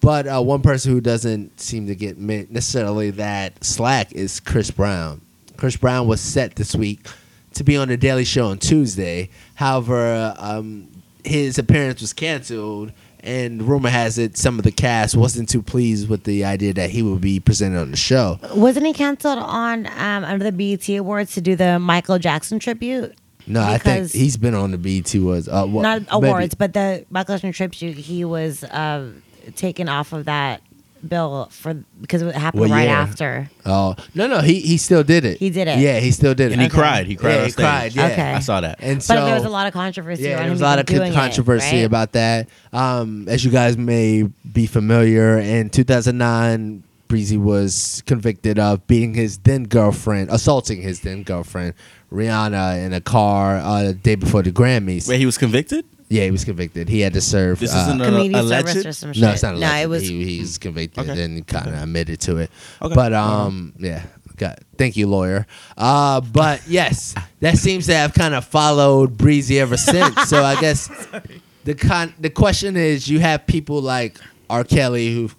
[SPEAKER 1] But uh, one person who doesn't seem to get me- necessarily that slack is Chris Brown. Chris Brown was set this week to be on the Daily Show on Tuesday. However, um, his appearance was canceled, and rumor has it some of the cast wasn't too pleased with the idea that he would be presented on the show.
[SPEAKER 3] Wasn't he canceled on um, under the BET Awards to do the Michael Jackson tribute?
[SPEAKER 1] No, I think
[SPEAKER 3] Because-
[SPEAKER 1] he's been on the BET was uh, what,
[SPEAKER 3] Not
[SPEAKER 1] maybe-
[SPEAKER 3] awards, but the Michael Jackson tribute. He was uh, taken off of that bill for because it happened
[SPEAKER 1] Well,
[SPEAKER 3] right
[SPEAKER 1] yeah.
[SPEAKER 3] after.
[SPEAKER 1] Oh no, no, he he still did it.
[SPEAKER 3] He did it.
[SPEAKER 1] Yeah, he still did it.
[SPEAKER 2] and he cried. He cried.
[SPEAKER 1] Yeah,
[SPEAKER 2] on
[SPEAKER 1] he
[SPEAKER 2] stage.
[SPEAKER 1] cried, yeah.
[SPEAKER 3] Okay.
[SPEAKER 2] I saw that.
[SPEAKER 1] And
[SPEAKER 3] But
[SPEAKER 1] so
[SPEAKER 3] there was a lot of controversy.
[SPEAKER 1] Yeah,
[SPEAKER 3] around
[SPEAKER 1] there was a
[SPEAKER 3] him
[SPEAKER 1] lot of
[SPEAKER 3] even doing
[SPEAKER 1] con-
[SPEAKER 3] it,
[SPEAKER 1] controversy
[SPEAKER 3] right?
[SPEAKER 1] about that. Um, as you guys may be familiar, in 2009, Breezy was convicted of beating his then girlfriend, assaulting his then girlfriend, Rihanna, in a car uh, the day before the Grammys.
[SPEAKER 2] Wait, he was convicted?
[SPEAKER 1] Yeah, he was convicted. He had to serve.
[SPEAKER 2] This
[SPEAKER 1] uh,
[SPEAKER 2] isn't a,
[SPEAKER 3] Community service
[SPEAKER 2] legend.
[SPEAKER 3] or some shit.
[SPEAKER 1] no, it's not a
[SPEAKER 3] No,
[SPEAKER 1] legend.
[SPEAKER 3] it was
[SPEAKER 1] he, he's convicted
[SPEAKER 2] Okay.
[SPEAKER 1] and kind of admitted to it.
[SPEAKER 2] Okay.
[SPEAKER 1] But
[SPEAKER 3] Uh-huh.
[SPEAKER 1] um, yeah. Got, thank you, lawyer. Uh, but yes, that seems to have kind of followed Breezy ever since. so I guess the con- the question is, you have people like R. Kelly who've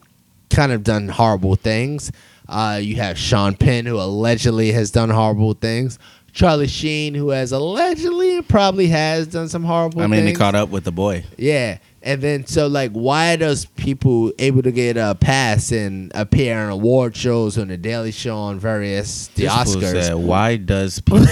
[SPEAKER 1] kind of done horrible things. Uh, you have Sean Penn who allegedly has done horrible things. Charlie Sheen who has allegedly and probably has done some horrible.
[SPEAKER 2] I mean, they
[SPEAKER 1] things.
[SPEAKER 2] caught up with the boy.
[SPEAKER 1] Yeah. And then so like why are those people able to get a pass and appear on award shows on the Daily Show on various the
[SPEAKER 2] This fool
[SPEAKER 1] Oscars?
[SPEAKER 2] said, Why does people?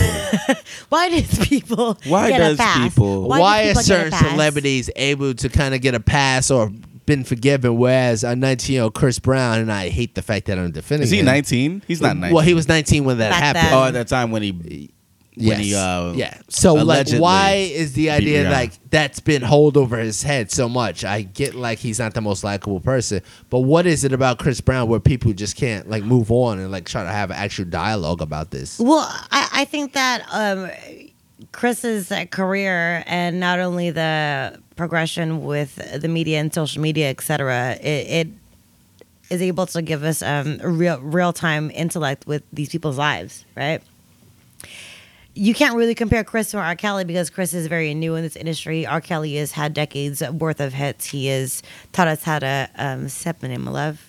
[SPEAKER 3] Why does people?
[SPEAKER 2] Why
[SPEAKER 3] get
[SPEAKER 2] does
[SPEAKER 3] a pass?
[SPEAKER 2] people-
[SPEAKER 1] why,
[SPEAKER 3] do
[SPEAKER 1] are
[SPEAKER 3] people get a
[SPEAKER 1] certain
[SPEAKER 3] pass?
[SPEAKER 1] celebrities able to kind of get a pass or been forgiven, whereas a 19 year old Chris Brown, and I hate the fact that I'm defending
[SPEAKER 2] Is he
[SPEAKER 1] him.
[SPEAKER 2] 19? He's not 19.
[SPEAKER 1] Well, he was 19 when that
[SPEAKER 3] Back
[SPEAKER 1] happened.
[SPEAKER 3] then.
[SPEAKER 2] oh, at that time when he
[SPEAKER 1] Yes.
[SPEAKER 2] when he uh,
[SPEAKER 1] yeah. So like,
[SPEAKER 2] allegedly
[SPEAKER 1] why is the idea
[SPEAKER 2] Rihanna.
[SPEAKER 1] like that's been hold over his head so much? I get like he's not the most likable person, but what is it about Chris Brown where people just can't like move on and like try to have an actual dialogue about this?
[SPEAKER 3] Well, I, I think that um, Chris's uh, career and not only the progression with the media and social media, et cetera, it, it is able to give us um, real real time intellect with these people's lives, right? You can't really compare Chris to R. Kelly because Chris is very new in this industry. R. Kelly has had decades worth of hits. He has taught us how to um, step in my love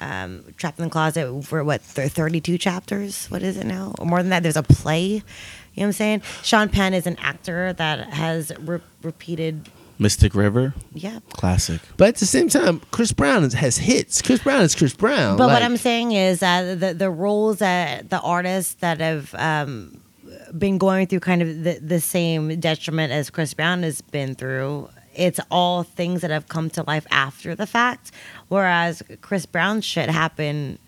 [SPEAKER 3] um, trapped in the closet for what th- 32 chapters what is it now or more than that there's a play you know what i'm saying sean penn is an actor that has re- repeated
[SPEAKER 2] Mystic River,
[SPEAKER 3] yeah
[SPEAKER 2] classic.
[SPEAKER 1] But at the same time, Chris Brown is, has hits. Chris Brown is Chris Brown.
[SPEAKER 3] but what i'm saying is that the, the roles that the artists that have um, been going through kind of the, the same detriment as chris brown has been through it's all things that have come to life after the fact whereas chris brown's shit happened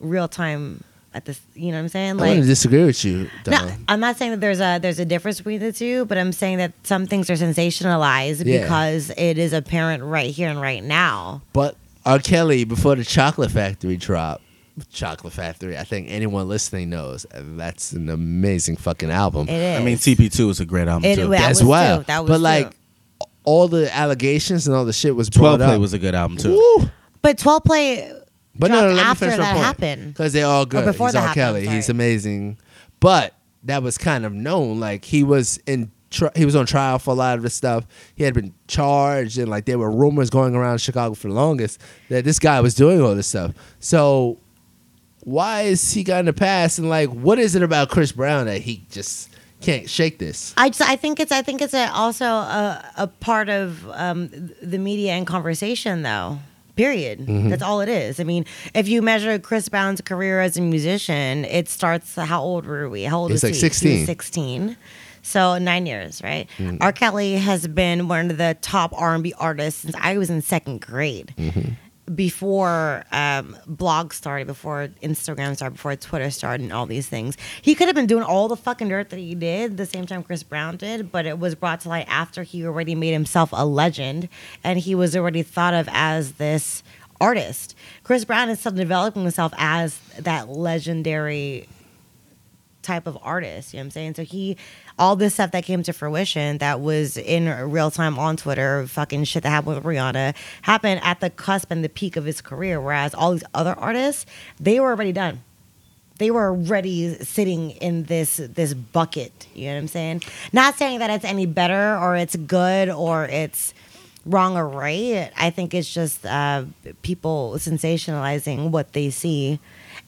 [SPEAKER 3] real time at this you know what i'm saying
[SPEAKER 1] I want to disagree with you. Though.
[SPEAKER 3] No, I'm not saying that there's a there's a difference between the two, but I'm saying that some things are sensationalized
[SPEAKER 1] Yeah.
[SPEAKER 3] because it is apparent right here and right now.
[SPEAKER 1] But R. Kelly, before the Chocolate Factory drop, Chocolate Factory, I think anyone listening knows that's an amazing fucking album.
[SPEAKER 3] It is.
[SPEAKER 2] I mean, TP2 is a great album
[SPEAKER 3] It-
[SPEAKER 2] too.
[SPEAKER 3] well, That
[SPEAKER 1] as
[SPEAKER 3] was
[SPEAKER 1] well.
[SPEAKER 3] true. That was
[SPEAKER 1] but like
[SPEAKER 3] true.
[SPEAKER 1] all the allegations and all the shit was brought
[SPEAKER 2] 12 Play
[SPEAKER 1] up.
[SPEAKER 2] was a good album too.
[SPEAKER 1] Woo!
[SPEAKER 3] but 12 play.
[SPEAKER 1] But
[SPEAKER 3] dropped
[SPEAKER 1] no, no, let
[SPEAKER 3] after
[SPEAKER 1] me finish
[SPEAKER 3] that
[SPEAKER 1] my
[SPEAKER 3] happened. Oh,
[SPEAKER 1] because they're all good.
[SPEAKER 3] before
[SPEAKER 1] He's
[SPEAKER 3] that
[SPEAKER 1] R.
[SPEAKER 3] happened,
[SPEAKER 1] Kelly.
[SPEAKER 3] sorry.
[SPEAKER 1] He's amazing, but that was kind of known. Like he was in. Tri- he was on trial for a lot of the stuff. He had been charged, and like there were rumors going around Chicago for the longest that this guy was doing all this stuff. So why is he gotten a pass? And like, what is it about Chris Brown that he just can't shake this?
[SPEAKER 3] I just I think it's I think it's a, also a, a part of um, the media and conversation though. Period.
[SPEAKER 1] Mm-hmm.
[SPEAKER 3] That's all it is. I mean, if you measure Chris Brown's career as a musician, it starts. How old were we? How old
[SPEAKER 1] He's
[SPEAKER 3] was
[SPEAKER 1] like
[SPEAKER 3] he?
[SPEAKER 1] 16.
[SPEAKER 3] He was sixteen. So nine years, right?
[SPEAKER 1] Mm.
[SPEAKER 3] R. Kelly has been one of the top R and B artists since I was in second grade. Before um, blog started, before Instagram started, before Twitter started, and all these things, he could have been doing all the fucking dirt that he did the same time Chris Brown did, but it was brought to light after he already made himself a legend and he was already thought of as this artist. Chris Brown is still developing himself as that legendary type of artist. You know what I'm saying? So he, all this stuff that came to fruition that was in real time on Twitter, fucking shit that happened with Rihanna, happened at the cusp and the peak of his career. Whereas all these other artists, they were already done. They were already sitting in this this bucket. You know what I'm saying? Not saying that it's any better or it's good or it's wrong or right. I think it's just uh, people sensationalizing what they see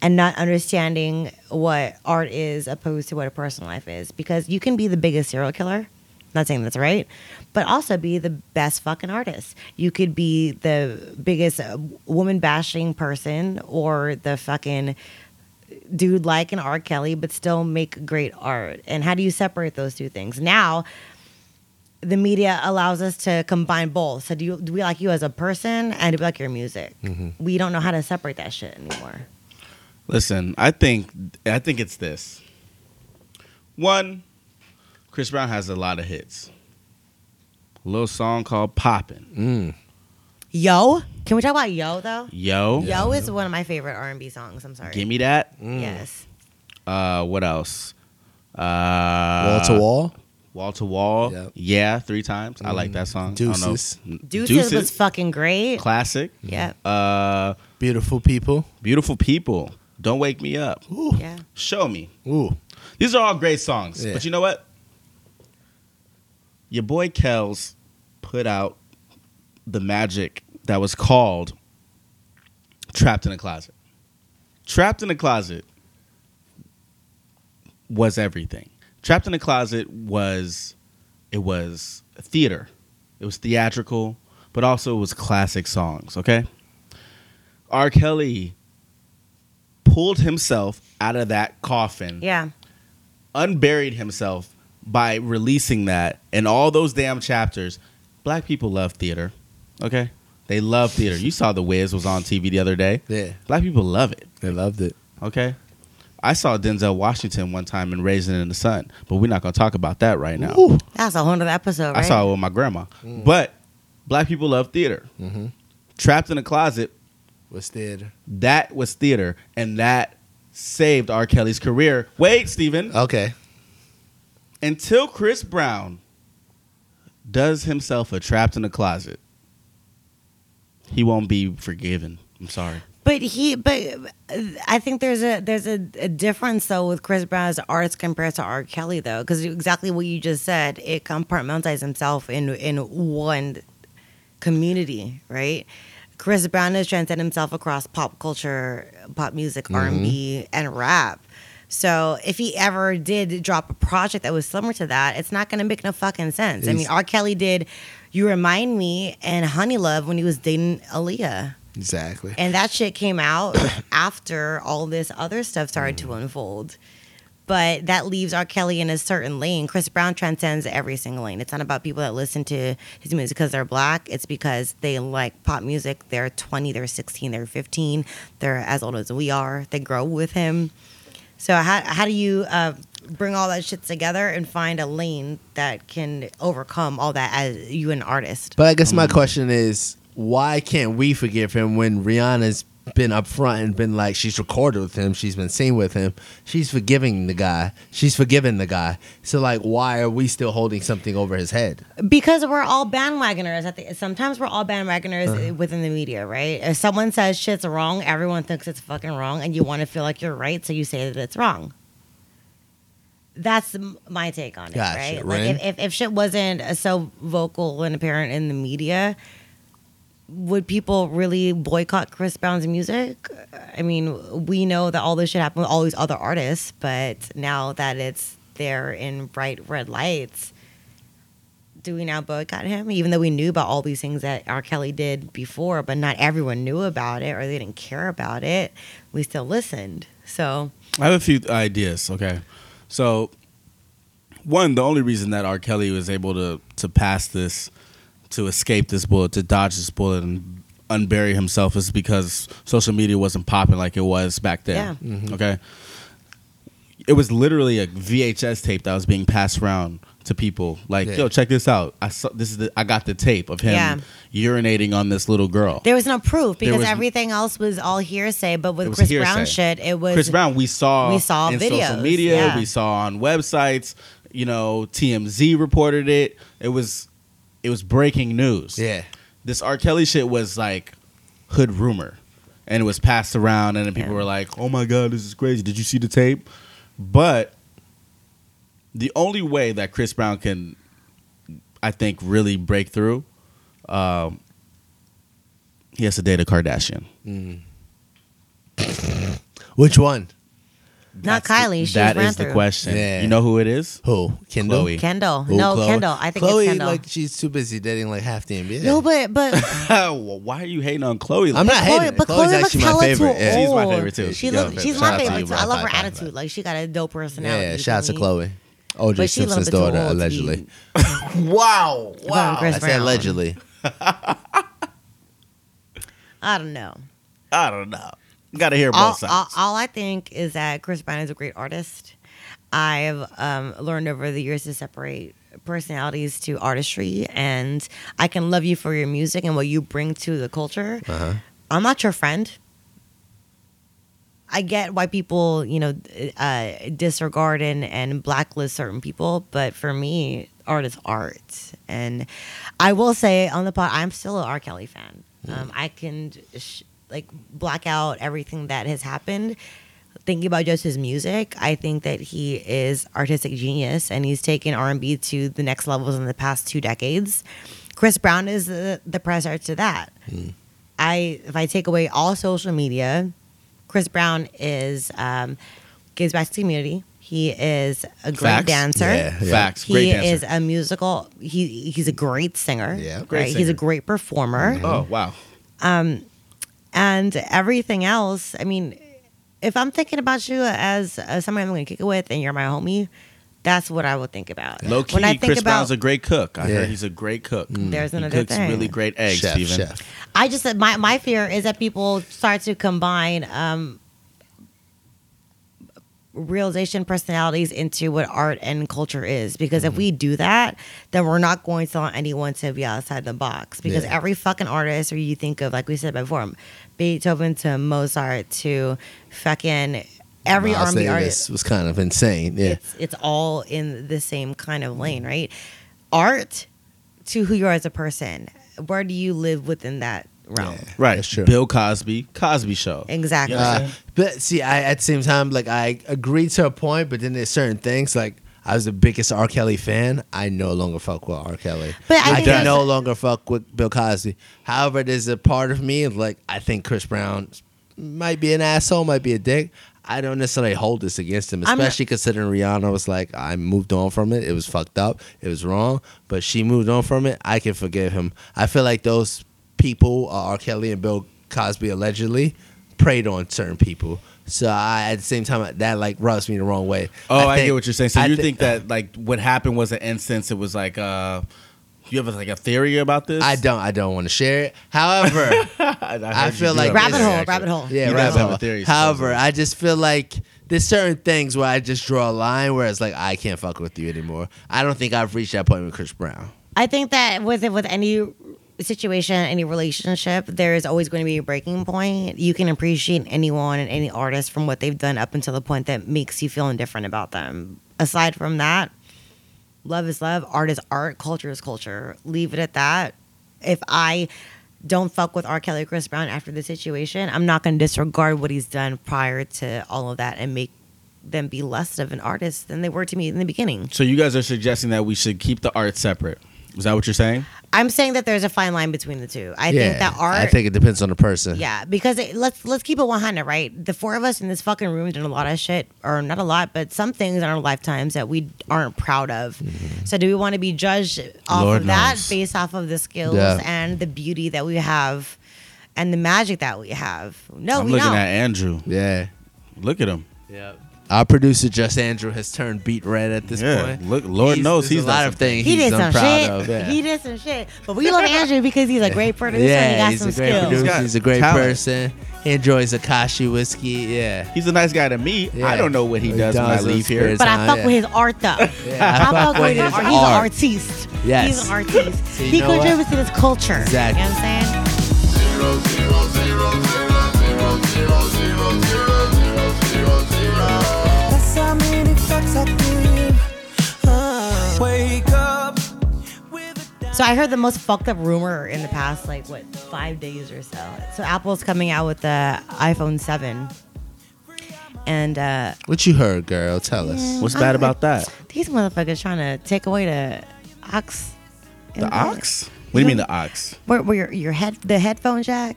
[SPEAKER 3] and not understanding what art is opposed to what a personal life is. Because you can be the biggest serial killer. Not saying that's right, but also be the best fucking artist. You could be the biggest uh, woman bashing person or the fucking dude like an R. Kelly, but still make great art. And how do you separate those two things? Now, the media allows us to combine both. So do you do we like you as a person and do we like your music?
[SPEAKER 2] Mm-hmm.
[SPEAKER 3] We don't know how to separate that shit anymore.
[SPEAKER 2] Listen, I think I think it's this. One, Chris Brown has a lot of hits. A little song called Poppin'.
[SPEAKER 1] Mm,
[SPEAKER 3] Yo, can we talk about Yo though?
[SPEAKER 2] Yo.
[SPEAKER 3] Yo is one of my favorite R and B songs. I'm sorry.
[SPEAKER 2] Gimme that.
[SPEAKER 1] mm.
[SPEAKER 3] Yes.
[SPEAKER 2] Uh what else? Uh
[SPEAKER 1] Wall to wall.
[SPEAKER 2] Wall to Wall.
[SPEAKER 1] Yep. Mm.
[SPEAKER 2] Yeah, three times. I like that song.
[SPEAKER 1] Deuces.
[SPEAKER 2] I don't know.
[SPEAKER 3] Deuces, was fucking great.
[SPEAKER 2] classic.
[SPEAKER 3] yeah.
[SPEAKER 2] Uh
[SPEAKER 1] Beautiful people.
[SPEAKER 2] Beautiful People. Don't Wake Me Up.
[SPEAKER 3] yeah.
[SPEAKER 2] Show Me.
[SPEAKER 1] Ooh.
[SPEAKER 2] These are all great songs.
[SPEAKER 1] Yeah.
[SPEAKER 2] But you know what? Your boy Kells put out the magic that was called Trapped in a Closet. Trapped in a Closet was everything. Trapped in a Closet was it was theater. It was theatrical, but also it was classic songs, okay? R. Kelly pulled himself out of that coffin
[SPEAKER 3] Yeah.
[SPEAKER 2] unburied himself by releasing that and all those damn chapters. Black people love theater, okay? They love theater. You saw The Wiz was on TV the other day.
[SPEAKER 1] Yeah.
[SPEAKER 2] Black people love it.
[SPEAKER 1] They loved it.
[SPEAKER 2] Okay. I saw Denzel Washington one time in Raising in the Sun, but we're not going to talk about that right now.
[SPEAKER 1] Ooh.
[SPEAKER 3] That's a whole nother episode, right?
[SPEAKER 2] I saw it with my grandma. But black people love theater.
[SPEAKER 1] Mhm.
[SPEAKER 2] Trapped in a closet,
[SPEAKER 1] What's theater?
[SPEAKER 2] that was theater, and that saved R. Kelly's career. Wait, Steven.
[SPEAKER 1] Okay.
[SPEAKER 2] Until Chris Brown does himself a Trapped in a Closet, he won't be forgiven. I'm sorry.
[SPEAKER 3] But he, but uh, I think there's a there's a, a difference though with Chris Brown as an artist compared to R. Kelly though, because exactly what you just said, it compartmentalizes himself in in one community, right? Chris Brown has transcended himself across pop culture, pop music, R and B, and rap. So if he ever did drop a project that was similar to that, it's not going to make no fucking sense. I mean,
[SPEAKER 1] He's-
[SPEAKER 3] R. Kelly did "You Remind Me" and "Honey Love" when he was dating Aaliyah.
[SPEAKER 1] Exactly.
[SPEAKER 3] And that shit came out after all this other stuff started to unfold. But that leaves R. Kelly in a certain lane. Chris Brown transcends every single lane. It's not about people that listen to his music because they're black. It's because they like pop music. They're 20, they're 16, they're 15. They're as old as we are. They grow with him. So, how, how do you uh, bring all that shit together and find a lane that can overcome all that as you, an artist?
[SPEAKER 1] But I guess my question is, why can't we forgive him when Rihanna's been upfront and been like she's recorded with him, she's been seen with him, she's forgiving the guy, she's forgiven the guy. So like, why are we still holding something over his head?
[SPEAKER 3] because we're all bandwagoners. I think sometimes we're all bandwagoners within the media, right? If someone says shit's wrong, everyone thinks it's fucking wrong, and you want to feel like you're right, so you say that it's wrong. That's m- my take on it,
[SPEAKER 1] Gotcha,
[SPEAKER 3] right?
[SPEAKER 1] Ren.
[SPEAKER 3] Like if, if if shit wasn't uh, so vocal and apparent in the media, would people really boycott Chris Brown's music? I mean, we know that all this shit happened with all these other artists, but now that it's there in bright red lights, do we now boycott him? Even though we knew about all these things that R. Kelly did before, but not everyone knew about it or they didn't care about it, we still listened. So,
[SPEAKER 2] I have a few ideas. Okay, so one, the only reason that R. Kelly was able to to pass this, to escape this bullet, to dodge this bullet, and unbury himself is because social media wasn't popping like it was back then.
[SPEAKER 3] Yeah.
[SPEAKER 2] Okay, it was literally a VHS tape that was being passed around to people. Like,
[SPEAKER 1] Yeah.
[SPEAKER 2] yo, check this out. I saw this is the, I got the tape of him
[SPEAKER 3] Yeah.
[SPEAKER 2] urinating on this little girl.
[SPEAKER 3] there was no proof
[SPEAKER 2] There
[SPEAKER 3] because
[SPEAKER 2] was-
[SPEAKER 3] everything else was all hearsay. But
[SPEAKER 2] It
[SPEAKER 3] with
[SPEAKER 2] was
[SPEAKER 3] Chris Brown
[SPEAKER 2] hearsay.
[SPEAKER 3] shit, it was
[SPEAKER 2] Chris Brown, we saw
[SPEAKER 3] We saw
[SPEAKER 2] in social
[SPEAKER 3] videos,
[SPEAKER 2] media,
[SPEAKER 3] yeah.
[SPEAKER 2] we saw on websites. You know, TMZ reported it. It was it was breaking news.
[SPEAKER 1] Yeah.
[SPEAKER 2] this R. Kelly shit was like hood rumor, and it was passed around, and then people
[SPEAKER 3] Yeah.
[SPEAKER 2] were like, "Oh my god, this is crazy! Did you see the tape?" But the only way that Chris Brown can, I think, really break through, um, he has to date a Kardashian.
[SPEAKER 1] Which one?
[SPEAKER 3] not
[SPEAKER 2] That's the-
[SPEAKER 3] Kylie. She
[SPEAKER 2] that
[SPEAKER 3] ran
[SPEAKER 2] is the
[SPEAKER 3] through.
[SPEAKER 2] question.
[SPEAKER 1] Yeah.
[SPEAKER 2] You know who it is?
[SPEAKER 1] Who? Kendall.
[SPEAKER 2] Chloe.
[SPEAKER 3] Kendall.
[SPEAKER 1] Who,
[SPEAKER 3] no,
[SPEAKER 1] Khloe?
[SPEAKER 3] Kendall. I think
[SPEAKER 1] Chloe,
[SPEAKER 3] it's Kendall.
[SPEAKER 1] like she's too busy dating like half the NBA.
[SPEAKER 3] No, but but
[SPEAKER 2] Well, Why are you hating on Chloe?
[SPEAKER 1] I'm
[SPEAKER 2] like-
[SPEAKER 1] not
[SPEAKER 3] Chloe,
[SPEAKER 1] hating. it.
[SPEAKER 3] but Chloe
[SPEAKER 1] Chloe's
[SPEAKER 3] looks
[SPEAKER 1] actually my
[SPEAKER 3] hella
[SPEAKER 1] favorite.
[SPEAKER 3] too
[SPEAKER 1] Yeah.
[SPEAKER 2] She's my
[SPEAKER 3] old.
[SPEAKER 2] favorite, too.
[SPEAKER 3] She
[SPEAKER 1] She's my
[SPEAKER 3] looks.
[SPEAKER 1] favorite.
[SPEAKER 3] She's
[SPEAKER 1] Shout out
[SPEAKER 3] my
[SPEAKER 1] to you,
[SPEAKER 3] favorite too.
[SPEAKER 1] bro.
[SPEAKER 3] I love
[SPEAKER 1] High
[SPEAKER 3] her
[SPEAKER 1] five, high
[SPEAKER 3] attitude.
[SPEAKER 1] five.
[SPEAKER 3] Like she got a dope personality.
[SPEAKER 1] Yeah,
[SPEAKER 3] you
[SPEAKER 1] shout out to
[SPEAKER 3] know what
[SPEAKER 1] Chloe. OJ
[SPEAKER 3] But she a little
[SPEAKER 1] Simpson's
[SPEAKER 3] bit too
[SPEAKER 1] daughter,
[SPEAKER 3] old to be-
[SPEAKER 1] allegedly.
[SPEAKER 2] wow.
[SPEAKER 3] I mean? Going Chris
[SPEAKER 1] I said
[SPEAKER 3] Brown.
[SPEAKER 1] allegedly.
[SPEAKER 3] I don't know.
[SPEAKER 2] I don't know. Got to hear both
[SPEAKER 3] All, all,
[SPEAKER 2] sides.
[SPEAKER 3] all I think is that Chris Brown is a great artist. I've um, learned over the years to separate personalities to artistry, and I can love you for your music and what you bring to the culture.
[SPEAKER 1] Uh-huh.
[SPEAKER 3] I'm not your friend. I get why people, you know, uh, disregard and, and blacklist certain people, but for me, art is art. And I will say on the pod, I'm still an R. Kelly fan.
[SPEAKER 2] Mm.
[SPEAKER 3] Um, I can sh- like black out everything that has happened. Thinking about just his music, I think that he is artistic genius, and he's taken R and B to the next levels in the past two decades. Chris Brown is the, the precursor to that.
[SPEAKER 2] Hmm.
[SPEAKER 3] I if I take away all social media, Chris Brown is um, gives back to the community. He is a great
[SPEAKER 2] Facts.
[SPEAKER 3] dancer.
[SPEAKER 1] Yeah.
[SPEAKER 2] Facts.
[SPEAKER 3] He
[SPEAKER 2] Great dancer.
[SPEAKER 3] is a musical. He he's a great singer.
[SPEAKER 1] Yeah.
[SPEAKER 2] Great
[SPEAKER 3] right? He's
[SPEAKER 2] singer.
[SPEAKER 3] a great performer,
[SPEAKER 2] oh wow.
[SPEAKER 3] and everything else. I mean, if I'm thinking about you as uh, somebody I'm going to kick it with, and you're my homie, That's what I will think about.
[SPEAKER 2] Low key,
[SPEAKER 3] when I think
[SPEAKER 2] Chris
[SPEAKER 3] about,
[SPEAKER 2] Brown's a great cook. I
[SPEAKER 1] Yeah.
[SPEAKER 2] heard he's a great cook.
[SPEAKER 3] There's
[SPEAKER 2] he
[SPEAKER 3] another
[SPEAKER 2] cooks
[SPEAKER 3] thing.
[SPEAKER 2] really great eggs,
[SPEAKER 1] Mm. chef,
[SPEAKER 2] Steven.
[SPEAKER 1] chef.
[SPEAKER 3] I just my my fear is that people start to combine um, realization personalities into what art and culture is. Because if
[SPEAKER 1] Mm-hmm.
[SPEAKER 3] we do that, then we're not going to allow anyone to be outside the box. Because
[SPEAKER 1] Yeah.
[SPEAKER 3] every fucking artist, or you think of like we said before, Beethoven to Mozart to fucking every
[SPEAKER 1] Miles
[SPEAKER 3] R&B artist
[SPEAKER 1] Davis was kind of insane. Yeah.
[SPEAKER 3] it's it's all in the same kind of lane, right? Art to who you are as a person. Where do you live within that realm?
[SPEAKER 2] Right.
[SPEAKER 1] That's true.
[SPEAKER 2] Bill Cosby, Cosby Show.
[SPEAKER 3] Exactly.
[SPEAKER 1] Uh, but see, I at the same time, like I agree to a point, but then there's certain things like. I was the biggest R. Kelly fan. I no longer fuck with R. Kelly.
[SPEAKER 3] But I
[SPEAKER 1] I
[SPEAKER 3] think
[SPEAKER 1] can
[SPEAKER 3] that's-
[SPEAKER 1] no longer fuck with Bill Cosby. However, there's a part of me like I think Chris Brown might be an asshole, might be a dick. I don't necessarily hold this against him,
[SPEAKER 3] I'm not-
[SPEAKER 1] especially considering Rihanna was like, I moved on from it. It was fucked up. It was wrong, but she moved on from it. I can forgive him. I feel like those people, uh, R. Kelly and Bill Cosby, allegedly preyed on certain people. So I, at the same time, that like rubs me the wrong way.
[SPEAKER 2] Oh, I,
[SPEAKER 1] think-
[SPEAKER 2] get what you're saying. So
[SPEAKER 1] I
[SPEAKER 2] you
[SPEAKER 1] thi-
[SPEAKER 2] think that like what happened was an instance? It was like uh, you have like a theory about this?
[SPEAKER 1] I don't. I don't want to share it. However.
[SPEAKER 2] I, heard
[SPEAKER 1] I
[SPEAKER 2] you
[SPEAKER 1] feel
[SPEAKER 2] do
[SPEAKER 1] like
[SPEAKER 2] have
[SPEAKER 3] Rabbit
[SPEAKER 2] a theory,
[SPEAKER 3] hole,
[SPEAKER 2] actually.
[SPEAKER 3] rabbit hole.
[SPEAKER 1] Yeah,
[SPEAKER 2] You
[SPEAKER 1] right.
[SPEAKER 2] guys have a theory,
[SPEAKER 1] However,
[SPEAKER 2] supposedly.
[SPEAKER 1] I just feel like there's certain things where I just draw a line where it's like I can't fuck with you anymore. I don't think I've reached that point with Chris Brown.
[SPEAKER 3] I think that with with any situation, any relationship, there is always going to be a breaking point. You can appreciate anyone and any artist from what they've done up until the point that makes you feel indifferent about them. Aside from that, love is love, art is art, culture is culture. Leave it at that. If I don't fuck with R. Kelly or Chris Brown after the situation, I'm not going to disregard what he's done prior to all of that and make them be less of an artist than they were to me in the beginning.
[SPEAKER 2] So you guys are suggesting that we should keep the art separate. Is that what you're saying?
[SPEAKER 3] I'm saying that there's a fine line between the two. I
[SPEAKER 1] yeah,
[SPEAKER 3] think that art.
[SPEAKER 1] I think it depends on the person.
[SPEAKER 3] yeah, because it, let's let's keep it 100, right? The four of us in this fucking room did a lot of shit, or not a lot, but some things in our lifetimes that we aren't proud of. So, do we want to be judged off
[SPEAKER 1] Mm-hmm. Lord
[SPEAKER 3] of that
[SPEAKER 1] knows.
[SPEAKER 3] based off of the skills
[SPEAKER 1] Yeah.
[SPEAKER 3] and the beauty that we have, and the magic that we have? No,
[SPEAKER 2] I'm
[SPEAKER 3] we
[SPEAKER 2] looking
[SPEAKER 3] don't.
[SPEAKER 2] at Andrew.
[SPEAKER 1] yeah.
[SPEAKER 2] Look at him.
[SPEAKER 1] Our producer, Just Andrew, has turned beat red at this
[SPEAKER 2] Yeah,
[SPEAKER 1] point.
[SPEAKER 2] look- Lord
[SPEAKER 1] he's,
[SPEAKER 2] knows
[SPEAKER 1] there's
[SPEAKER 2] he's
[SPEAKER 1] a
[SPEAKER 2] done
[SPEAKER 1] lot of things
[SPEAKER 3] he
[SPEAKER 1] he's
[SPEAKER 3] did some
[SPEAKER 1] unproud
[SPEAKER 3] shit.
[SPEAKER 1] of. Yeah.
[SPEAKER 3] He did some shit, but we love Andrew because he's a great producer. and he
[SPEAKER 1] yeah,
[SPEAKER 3] got
[SPEAKER 1] he's
[SPEAKER 3] some
[SPEAKER 1] a great
[SPEAKER 3] skills.
[SPEAKER 1] producer.
[SPEAKER 2] He's
[SPEAKER 1] He's,
[SPEAKER 2] got
[SPEAKER 1] a great
[SPEAKER 2] talent.
[SPEAKER 1] person. He enjoys Akashi whiskey. Yeah.
[SPEAKER 2] He's a nice guy to me.
[SPEAKER 1] Yeah.
[SPEAKER 2] I don't know what he does when I
[SPEAKER 1] does
[SPEAKER 2] leave here.
[SPEAKER 1] spirits.
[SPEAKER 3] But I
[SPEAKER 1] Nah,
[SPEAKER 3] fuck
[SPEAKER 1] yeah.
[SPEAKER 3] with his art though.
[SPEAKER 1] Yeah,
[SPEAKER 3] I fuck with his art. He's an artiste.
[SPEAKER 1] Yes.
[SPEAKER 3] He's an artiste.
[SPEAKER 1] So you
[SPEAKER 3] he
[SPEAKER 1] know what?
[SPEAKER 3] contributes to this culture.
[SPEAKER 1] Exactly.
[SPEAKER 3] You know what I'm saying?
[SPEAKER 6] That's how many fucks I give. Uh, wake up with a
[SPEAKER 3] So I heard the most fucked up rumor in the past, like what five days or so. So Apple's coming out with the iPhone Seven, and uh,
[SPEAKER 1] What you heard, girl? Tell us.
[SPEAKER 2] What's bad about that?
[SPEAKER 3] these motherfuckers trying to take away the ox.
[SPEAKER 2] The ox? What do you mean the ox?
[SPEAKER 3] Where, where your, your head, the headphone jack?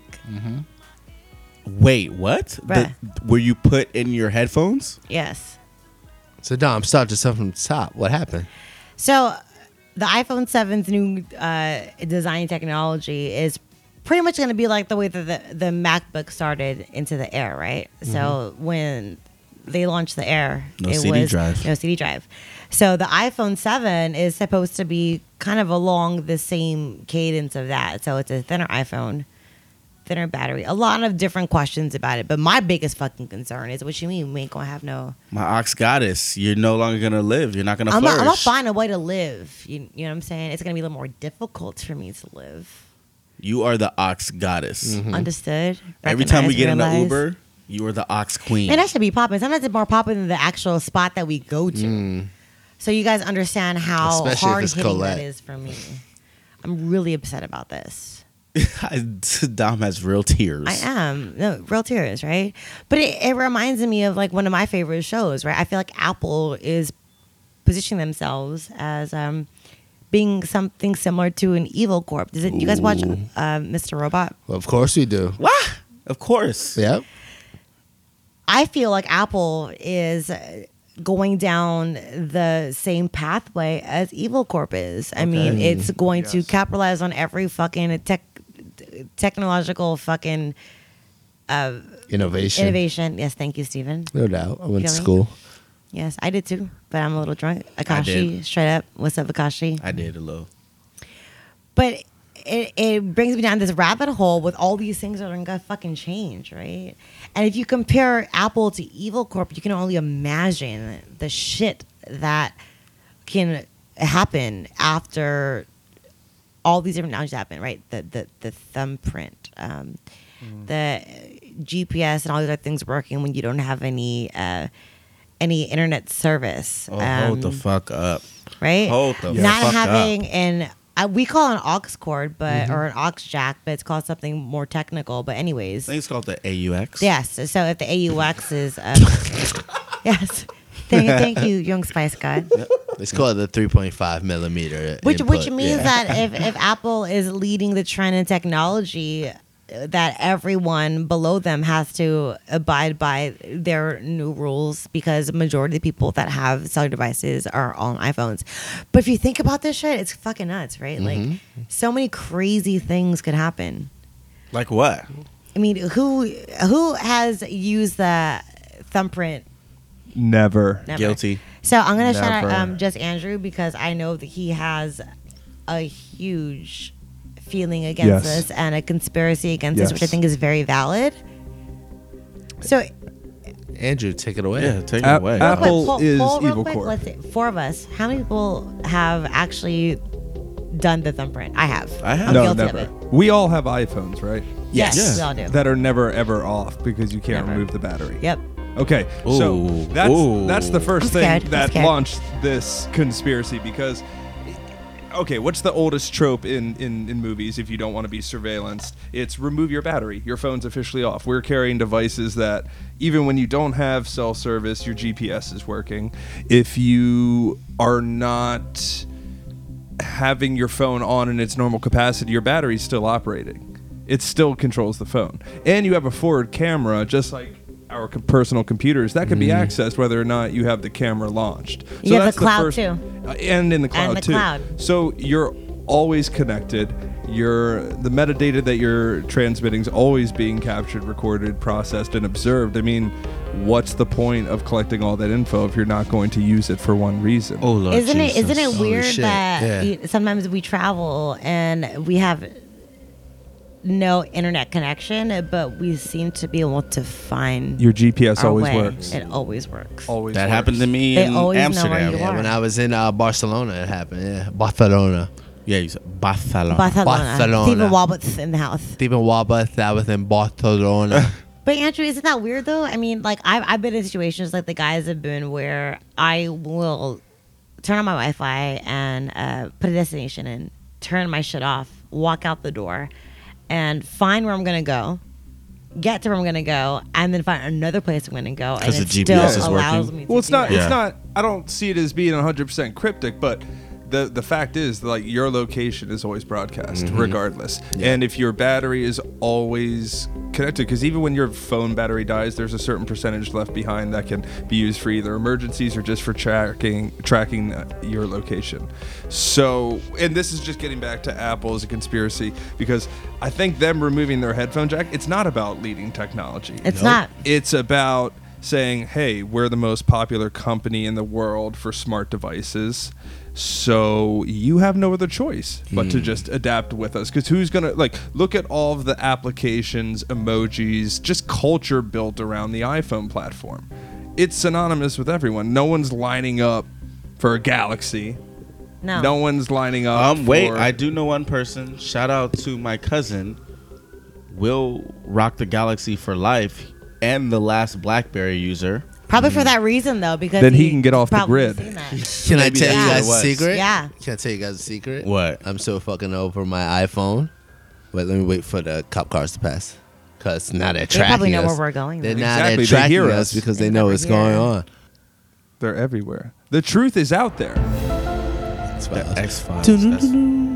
[SPEAKER 2] Wait, what? The,
[SPEAKER 3] Bruh.
[SPEAKER 2] were you put in your headphones?
[SPEAKER 3] Yes.
[SPEAKER 1] So Dom, start yourself from the top. What happened?
[SPEAKER 3] So, the iPhone 7's new uh, design technology is pretty much going to be like the way that the, the MacBook started into the Air, right? So, when they launched the Air,
[SPEAKER 2] Mm-hmm. No CD drive.
[SPEAKER 3] No CD drive. So, the iPhone 7 is supposed to be kind of along the same cadence of that. So, it's a thinner iPhone. Thinner battery. A lot of different questions about it, but my biggest fucking concern is what you mean we ain't gonna have no
[SPEAKER 2] My ox goddess, you're no longer gonna live. You're not gonna
[SPEAKER 3] I'm
[SPEAKER 2] flourish.
[SPEAKER 3] gonna find a way to live. You, you know what I'm saying? It's gonna be a little more difficult for me to live.
[SPEAKER 2] you are the ox goddess.
[SPEAKER 3] Understood?
[SPEAKER 2] Mm-hmm. Every time we
[SPEAKER 3] Recognized,
[SPEAKER 2] get in the
[SPEAKER 3] realized.
[SPEAKER 2] Uber, you are the ox queen.
[SPEAKER 3] man, that should be popping. Sometimes it's more popping than the actual spot that we go to.
[SPEAKER 2] Mm.
[SPEAKER 3] So you guys understand how
[SPEAKER 1] Especially if
[SPEAKER 3] hard
[SPEAKER 1] it's
[SPEAKER 3] hitting
[SPEAKER 1] Colette.
[SPEAKER 3] that is for me. I'm really upset about this.
[SPEAKER 2] Dom has real tears.
[SPEAKER 3] I am no real tears, right? But it, it reminds me of like one of my favorite shows, right? I feel like Apple is positioning themselves as um, being something similar to an evil corp. Does it? You guys watch uh, Mr. Robot?
[SPEAKER 1] Well, of course we do.
[SPEAKER 2] Wah! Of course.
[SPEAKER 1] Yep.
[SPEAKER 3] I feel like Apple is uh, going down the same pathway as Evil Corp is. I mean, it's going to capitalize on every fucking tech technological fucking uh,
[SPEAKER 1] Innovation.
[SPEAKER 3] innovation. Yes, thank you, Stephen.
[SPEAKER 1] No doubt. I went
[SPEAKER 3] Really?
[SPEAKER 1] to school.
[SPEAKER 3] Yes, I did too. but I'm a little drunk.
[SPEAKER 2] did.
[SPEAKER 3] Akashi, straight up. What's up, Akashi?
[SPEAKER 2] I did a little.
[SPEAKER 3] but it, it brings me down this rabbit hole with all these things that are gonna fucking change, right? And if you compare Apple to Evil Corp, you can only imagine the shit that can happen after all these different technologies happen, right? The the the thumbprint, um,
[SPEAKER 2] Mm.
[SPEAKER 3] the GPS, and all these other things working when you don't have any uh, any internet service.
[SPEAKER 2] Oh, hold the
[SPEAKER 3] um,
[SPEAKER 2] fuck up.
[SPEAKER 3] right?
[SPEAKER 2] Hold the
[SPEAKER 3] Not
[SPEAKER 2] fuck
[SPEAKER 3] having an uh, we call it an aux cord, but or an aux jack, but it's called something more technical. But anyways,
[SPEAKER 2] I think it's called the AUX.
[SPEAKER 3] yes. So if the AUX is um, yes, thank, thank you, Young Spice God.
[SPEAKER 1] It's called the 3.5 millimeter.
[SPEAKER 3] Which which
[SPEAKER 1] input,
[SPEAKER 3] means
[SPEAKER 1] yeah.
[SPEAKER 3] that if if Apple is leading the trend in technology. uh, That everyone below them has to abide by their new rules because the majority of the people that have cellular devices are on iPhones. But if you think about this shit, it's fucking nuts, right? Like,
[SPEAKER 1] Mm-hmm.
[SPEAKER 3] so many crazy things could happen.
[SPEAKER 2] Like what?
[SPEAKER 3] I mean, who who has used the thumbprint?
[SPEAKER 7] Never.
[SPEAKER 3] Never.
[SPEAKER 2] Guilty.
[SPEAKER 3] So I'm gonna shout out
[SPEAKER 7] Never.
[SPEAKER 3] um, just Andrew because I know that he has a huge feeling against
[SPEAKER 7] Yes.
[SPEAKER 3] us and a conspiracy against us, which I
[SPEAKER 7] Yes.
[SPEAKER 3] think is very valid. So
[SPEAKER 1] Andrew, take it away.
[SPEAKER 2] Yeah, Uh, take it
[SPEAKER 7] Ap-
[SPEAKER 2] away.
[SPEAKER 7] Apple-
[SPEAKER 3] Wait, poll-
[SPEAKER 7] is
[SPEAKER 3] poll real
[SPEAKER 7] evil
[SPEAKER 3] quick.
[SPEAKER 7] corp.
[SPEAKER 3] Let's see. Four of us. How many people have actually done the thumbprint? I have.
[SPEAKER 2] I have.
[SPEAKER 3] I'm
[SPEAKER 7] no,
[SPEAKER 3] guilty
[SPEAKER 7] never.
[SPEAKER 3] of it.
[SPEAKER 7] We all have iPhones, right?
[SPEAKER 3] Yes,
[SPEAKER 2] Yes.
[SPEAKER 3] we all do.
[SPEAKER 7] That are never ever off because you can't
[SPEAKER 3] Never.
[SPEAKER 7] remove the battery.
[SPEAKER 3] yep.
[SPEAKER 7] Okay, so
[SPEAKER 2] Ooh.
[SPEAKER 7] that's
[SPEAKER 2] Ooh.
[SPEAKER 7] that's the 1st
[SPEAKER 3] I'm
[SPEAKER 7] thing
[SPEAKER 3] scared. I'm
[SPEAKER 7] that
[SPEAKER 3] scared.
[SPEAKER 7] launched this conspiracy because okay, what's the oldest trope in, in, in movies if you don't want to be surveillanced? It's remove your battery. Your phone's officially off. We're carrying devices that, even when you don't have cell service, your GPS is working. If you are not having your phone on in its normal capacity, your battery's still operating. It still controls the phone. And you have a forward camera, just like our com- personal computers that can be accessed whether or not you have the camera launched. So
[SPEAKER 3] Mm-hmm. You have the
[SPEAKER 7] that's
[SPEAKER 3] cloud,
[SPEAKER 7] first-
[SPEAKER 3] too.
[SPEAKER 7] uh, and in the cloud
[SPEAKER 3] the
[SPEAKER 7] too.
[SPEAKER 3] cloud.
[SPEAKER 7] So you're always connected. Your the metadata that you're transmitting is always being captured, recorded, processed, and observed. I mean, what's the point of collecting all that info if you're not going to use it for one reason?
[SPEAKER 2] Oh Lord
[SPEAKER 3] isn't it
[SPEAKER 2] Jesus.
[SPEAKER 3] isn't it
[SPEAKER 2] Oh,
[SPEAKER 3] weird
[SPEAKER 1] shit.
[SPEAKER 3] that
[SPEAKER 1] Yeah.
[SPEAKER 3] you- sometimes we travel and we have no internet connection, but we seem to be able to find
[SPEAKER 7] Your GPS
[SPEAKER 3] our
[SPEAKER 7] always
[SPEAKER 3] way.
[SPEAKER 7] works.
[SPEAKER 3] It always works.
[SPEAKER 7] always
[SPEAKER 2] That
[SPEAKER 7] works.
[SPEAKER 2] happened to me
[SPEAKER 3] They
[SPEAKER 2] in
[SPEAKER 3] always know where
[SPEAKER 2] Amsterdam.
[SPEAKER 3] you
[SPEAKER 1] Yeah,
[SPEAKER 3] are.
[SPEAKER 1] when I was in uh, Barcelona, it happened. Yeah, Barcelona.
[SPEAKER 2] Yeah, you said Barcelona.
[SPEAKER 3] Barcelona.
[SPEAKER 1] Barcelona.
[SPEAKER 3] Stephen Walbert's in the house.
[SPEAKER 1] Stephen Wabath, I was in Barcelona.
[SPEAKER 3] But Andrew, isn't that weird though? I mean, like I've I've been in situations like the guys have been where I will turn on my Wi-Fi and uh, put a destination in, turn my shit off, walk out the door, and find where I'm gonna go, get to where I'm gonna go, and then find another place I'm gonna go, and
[SPEAKER 2] 'Cause
[SPEAKER 3] it
[SPEAKER 2] the
[SPEAKER 3] still
[SPEAKER 2] GPS is
[SPEAKER 3] allows
[SPEAKER 2] working?
[SPEAKER 3] me. To
[SPEAKER 7] Well, it's
[SPEAKER 3] do
[SPEAKER 7] not.
[SPEAKER 3] that.
[SPEAKER 7] It's
[SPEAKER 2] Yeah.
[SPEAKER 7] not. I don't see it as being 100 percent cryptic, but the the fact is, like your location is always broadcast,
[SPEAKER 2] Mm-hmm.
[SPEAKER 7] regardless. And if your battery is always connected, because even when your phone battery dies, there's a certain percentage left behind that can be used for either emergencies or just for tracking tracking uh, your location. So, and this is just getting back to Apple as a conspiracy, because I think them removing their headphone jack, it's not about leading technology.
[SPEAKER 3] It's not.
[SPEAKER 7] It's about saying, hey, we're the most popular company in the world for smart devices. So you have no other choice but
[SPEAKER 2] Hmm.
[SPEAKER 7] to just adapt with us. Because who's going to, like, look at all of the applications, emojis, just culture built around the iPhone platform. It's synonymous with everyone. No one's lining up for a Galaxy.
[SPEAKER 3] No.
[SPEAKER 7] No one's lining up.
[SPEAKER 2] Um, wait,
[SPEAKER 7] for-
[SPEAKER 2] I do know one person. Shout out to my cousin. Will rock the galaxy for life, and the last BlackBerry user.
[SPEAKER 3] Probably for that reason though, because
[SPEAKER 7] Then he
[SPEAKER 3] he's
[SPEAKER 7] can get off the
[SPEAKER 3] probably
[SPEAKER 7] grid.
[SPEAKER 3] seen that.
[SPEAKER 1] Can I
[SPEAKER 2] Maybe
[SPEAKER 1] tell you
[SPEAKER 3] that's what it
[SPEAKER 1] guys a
[SPEAKER 2] was.
[SPEAKER 1] secret?
[SPEAKER 3] Yeah.
[SPEAKER 1] Can I tell you guys a secret?
[SPEAKER 2] What?
[SPEAKER 1] I'm so fucking over my iPhone. Wait, let me wait for the cop cars to pass. Cause now they're
[SPEAKER 3] They
[SPEAKER 1] tracking
[SPEAKER 3] probably know
[SPEAKER 1] us.
[SPEAKER 3] where we're going,
[SPEAKER 1] They're
[SPEAKER 3] though.
[SPEAKER 1] now
[SPEAKER 7] Exactly,
[SPEAKER 1] they're
[SPEAKER 7] they
[SPEAKER 1] tracking
[SPEAKER 7] hear
[SPEAKER 1] us
[SPEAKER 7] us.
[SPEAKER 1] because they
[SPEAKER 3] They
[SPEAKER 1] know
[SPEAKER 3] never
[SPEAKER 1] what's
[SPEAKER 3] hear
[SPEAKER 1] going
[SPEAKER 3] us.
[SPEAKER 1] on.
[SPEAKER 7] They're everywhere. The truth is out there.
[SPEAKER 1] That's why I was-
[SPEAKER 2] The X Files.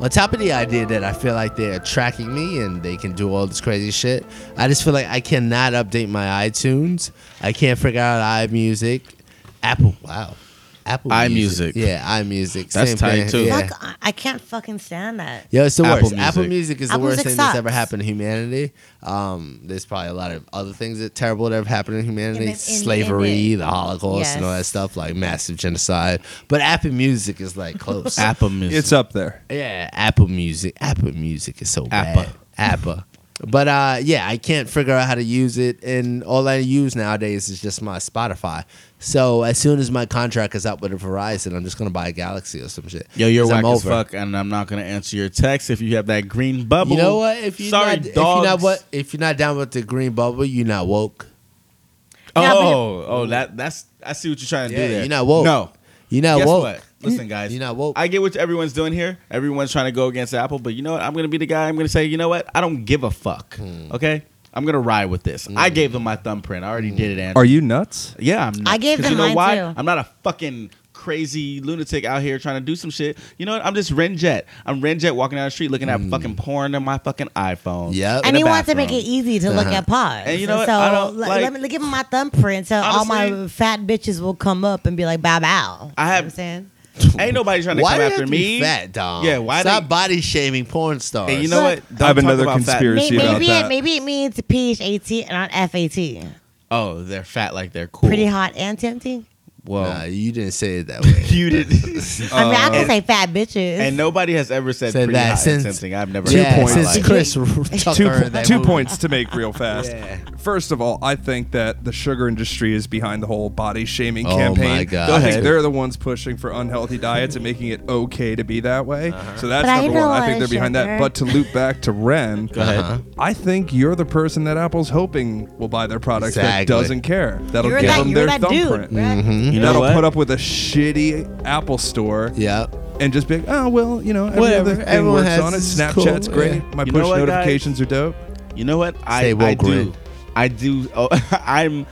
[SPEAKER 1] On top of the idea that I feel like they're tracking me and they can do all this crazy shit, I just feel like I cannot update my iTunes. I can't figure out iMusic. Apple, wow. Apple
[SPEAKER 2] iMusic.
[SPEAKER 1] Yeah, iMusic.
[SPEAKER 2] That's
[SPEAKER 1] Same
[SPEAKER 2] tight,
[SPEAKER 1] thing.
[SPEAKER 2] too.
[SPEAKER 1] Yeah.
[SPEAKER 3] Fuck, I- I can't fucking stand that.
[SPEAKER 1] Yo, it's the
[SPEAKER 2] Apple
[SPEAKER 1] worst.
[SPEAKER 2] Music.
[SPEAKER 1] Apple Music is the
[SPEAKER 3] Apple
[SPEAKER 1] worst
[SPEAKER 3] Music
[SPEAKER 1] thing that's
[SPEAKER 3] sucks.
[SPEAKER 1] ever happened to humanity. Um, there's probably a lot of other things that terrible that have happened to humanity:
[SPEAKER 3] And then- and-
[SPEAKER 1] slavery,
[SPEAKER 3] and it-
[SPEAKER 1] the Holocaust, and all that
[SPEAKER 3] Yes.
[SPEAKER 1] stuff, like massive genocide. But Apple Music is like close.
[SPEAKER 2] Apple music.
[SPEAKER 7] It's up there.
[SPEAKER 1] Yeah, Apple Music. Apple Music is so
[SPEAKER 2] Appa.
[SPEAKER 1] bad. Apple. But uh, yeah, I can't figure out how to use it, and all I use nowadays is just my Spotify. So as soon as my contract is up with Verizon, I'm just gonna buy a Galaxy or some shit.
[SPEAKER 2] Yo, you're
[SPEAKER 1] 'Cause
[SPEAKER 2] whack
[SPEAKER 1] I'm
[SPEAKER 2] as fuck, and I'm not gonna answer your text if you have that green bubble.
[SPEAKER 1] You know what? If you're
[SPEAKER 2] sorry,
[SPEAKER 1] not, if
[SPEAKER 2] dogs.
[SPEAKER 1] you're not what, if you're not down with the green bubble, you're not woke.
[SPEAKER 2] Oh,
[SPEAKER 3] Yeah, but-
[SPEAKER 2] oh, that that's I see what you're trying to
[SPEAKER 1] Yeah,
[SPEAKER 2] do there.
[SPEAKER 1] you're not woke.
[SPEAKER 2] No,
[SPEAKER 1] You're not
[SPEAKER 2] guess
[SPEAKER 1] woke.
[SPEAKER 2] what? Listen, guys,
[SPEAKER 1] You're not woke.
[SPEAKER 2] I get what everyone's doing here. Everyone's trying to go against Apple, but you know what? I'm gonna be the guy. I'm gonna say, you know what? I don't give a fuck.
[SPEAKER 1] Hmm.
[SPEAKER 2] Okay, I'm gonna ride with this. I gave them my thumbprint. I
[SPEAKER 1] Hmm.
[SPEAKER 2] already did it. Andrew.
[SPEAKER 7] Are you nuts?
[SPEAKER 2] Yeah, I'm. Nuts.
[SPEAKER 3] I gave
[SPEAKER 2] 'Cause
[SPEAKER 3] them
[SPEAKER 2] you know
[SPEAKER 3] mine,
[SPEAKER 2] why?
[SPEAKER 3] too.
[SPEAKER 2] I'm not a fucking crazy lunatic out here trying to do some shit. You know what? I'm just Renjet. I'm Renjet walking down the street looking at fucking porn on my fucking iPhone.
[SPEAKER 1] Hmm. Yep.
[SPEAKER 2] in
[SPEAKER 3] And
[SPEAKER 2] the
[SPEAKER 3] he wants to make
[SPEAKER 2] bathroom.
[SPEAKER 3] it easy to look
[SPEAKER 1] Uh-huh.
[SPEAKER 3] at pods.
[SPEAKER 2] And you know what?
[SPEAKER 3] So
[SPEAKER 2] I don't,
[SPEAKER 3] le-
[SPEAKER 2] like-
[SPEAKER 3] let me give him my thumbprint so all my
[SPEAKER 2] Honestly-
[SPEAKER 3] fat bitches will come up and be like, bow bow.
[SPEAKER 2] I
[SPEAKER 3] You know
[SPEAKER 2] have-
[SPEAKER 3] what I'm saying?
[SPEAKER 2] Ain't nobody trying to
[SPEAKER 1] why
[SPEAKER 2] come
[SPEAKER 1] do you
[SPEAKER 2] after
[SPEAKER 1] have to
[SPEAKER 2] me.
[SPEAKER 1] Be fat, Dom.
[SPEAKER 2] Yeah, why
[SPEAKER 1] Stop
[SPEAKER 2] they-
[SPEAKER 1] body shaming porn stars.
[SPEAKER 2] And you know what?
[SPEAKER 7] I have
[SPEAKER 2] talk
[SPEAKER 7] another
[SPEAKER 2] about fat.
[SPEAKER 7] conspiracy.
[SPEAKER 3] May-
[SPEAKER 7] Appreciate
[SPEAKER 3] Maybe
[SPEAKER 7] that.
[SPEAKER 3] it, maybe it means PH and not FAT.
[SPEAKER 2] Oh, they're fat like they're cool.
[SPEAKER 3] Pretty hot and tempting.
[SPEAKER 2] Whoa.
[SPEAKER 1] Nah, you didn't say it that way.
[SPEAKER 2] you did.
[SPEAKER 3] I mean, I can say fat bitches.
[SPEAKER 2] Uh, and nobody has ever said,
[SPEAKER 1] Said
[SPEAKER 2] pretty
[SPEAKER 1] that
[SPEAKER 2] hot
[SPEAKER 1] since-
[SPEAKER 2] and tempting. I've never
[SPEAKER 1] yeah,
[SPEAKER 2] heard that in my
[SPEAKER 1] since
[SPEAKER 2] life.
[SPEAKER 1] Chris Tucker
[SPEAKER 7] two,
[SPEAKER 1] in that
[SPEAKER 7] two
[SPEAKER 1] movie.
[SPEAKER 7] points to make real fast. First of all, I think that the sugar industry is behind the whole body shaming
[SPEAKER 1] Oh
[SPEAKER 7] campaign.
[SPEAKER 1] my God.
[SPEAKER 7] I think
[SPEAKER 1] Go ahead.
[SPEAKER 7] they're the ones pushing for unhealthy diets and making it okay to be that way. So that's
[SPEAKER 3] But I
[SPEAKER 7] number
[SPEAKER 3] don't
[SPEAKER 7] one. I
[SPEAKER 3] want
[SPEAKER 7] think they're behind that.
[SPEAKER 3] sugar.
[SPEAKER 7] But to loop back to Ren,
[SPEAKER 2] Go ahead.
[SPEAKER 7] I think you're the person that Apple's hoping will buy their products
[SPEAKER 1] Exactly. Mm-hmm.
[SPEAKER 7] that doesn't care. That'll
[SPEAKER 3] you're
[SPEAKER 7] give
[SPEAKER 3] that,
[SPEAKER 7] them
[SPEAKER 3] you're
[SPEAKER 7] their
[SPEAKER 3] that
[SPEAKER 7] thumbprint.
[SPEAKER 3] dude. Right?
[SPEAKER 2] You know
[SPEAKER 7] That'll
[SPEAKER 2] what?
[SPEAKER 7] put up with a shitty Apple store
[SPEAKER 1] Yeah.
[SPEAKER 7] and just be like, oh well, you know, every
[SPEAKER 1] Whatever.
[SPEAKER 7] other thing
[SPEAKER 1] Everyone
[SPEAKER 7] works
[SPEAKER 1] has-
[SPEAKER 7] on it.
[SPEAKER 1] it's cool,
[SPEAKER 7] Snapchat's great.
[SPEAKER 1] yeah.
[SPEAKER 7] My
[SPEAKER 2] You know
[SPEAKER 7] push
[SPEAKER 2] what, guys?
[SPEAKER 7] notifications are dope.
[SPEAKER 2] You know what? I,
[SPEAKER 1] Stay
[SPEAKER 2] I
[SPEAKER 1] woke,
[SPEAKER 2] do.
[SPEAKER 1] Rick.
[SPEAKER 2] I do. Oh, I'm.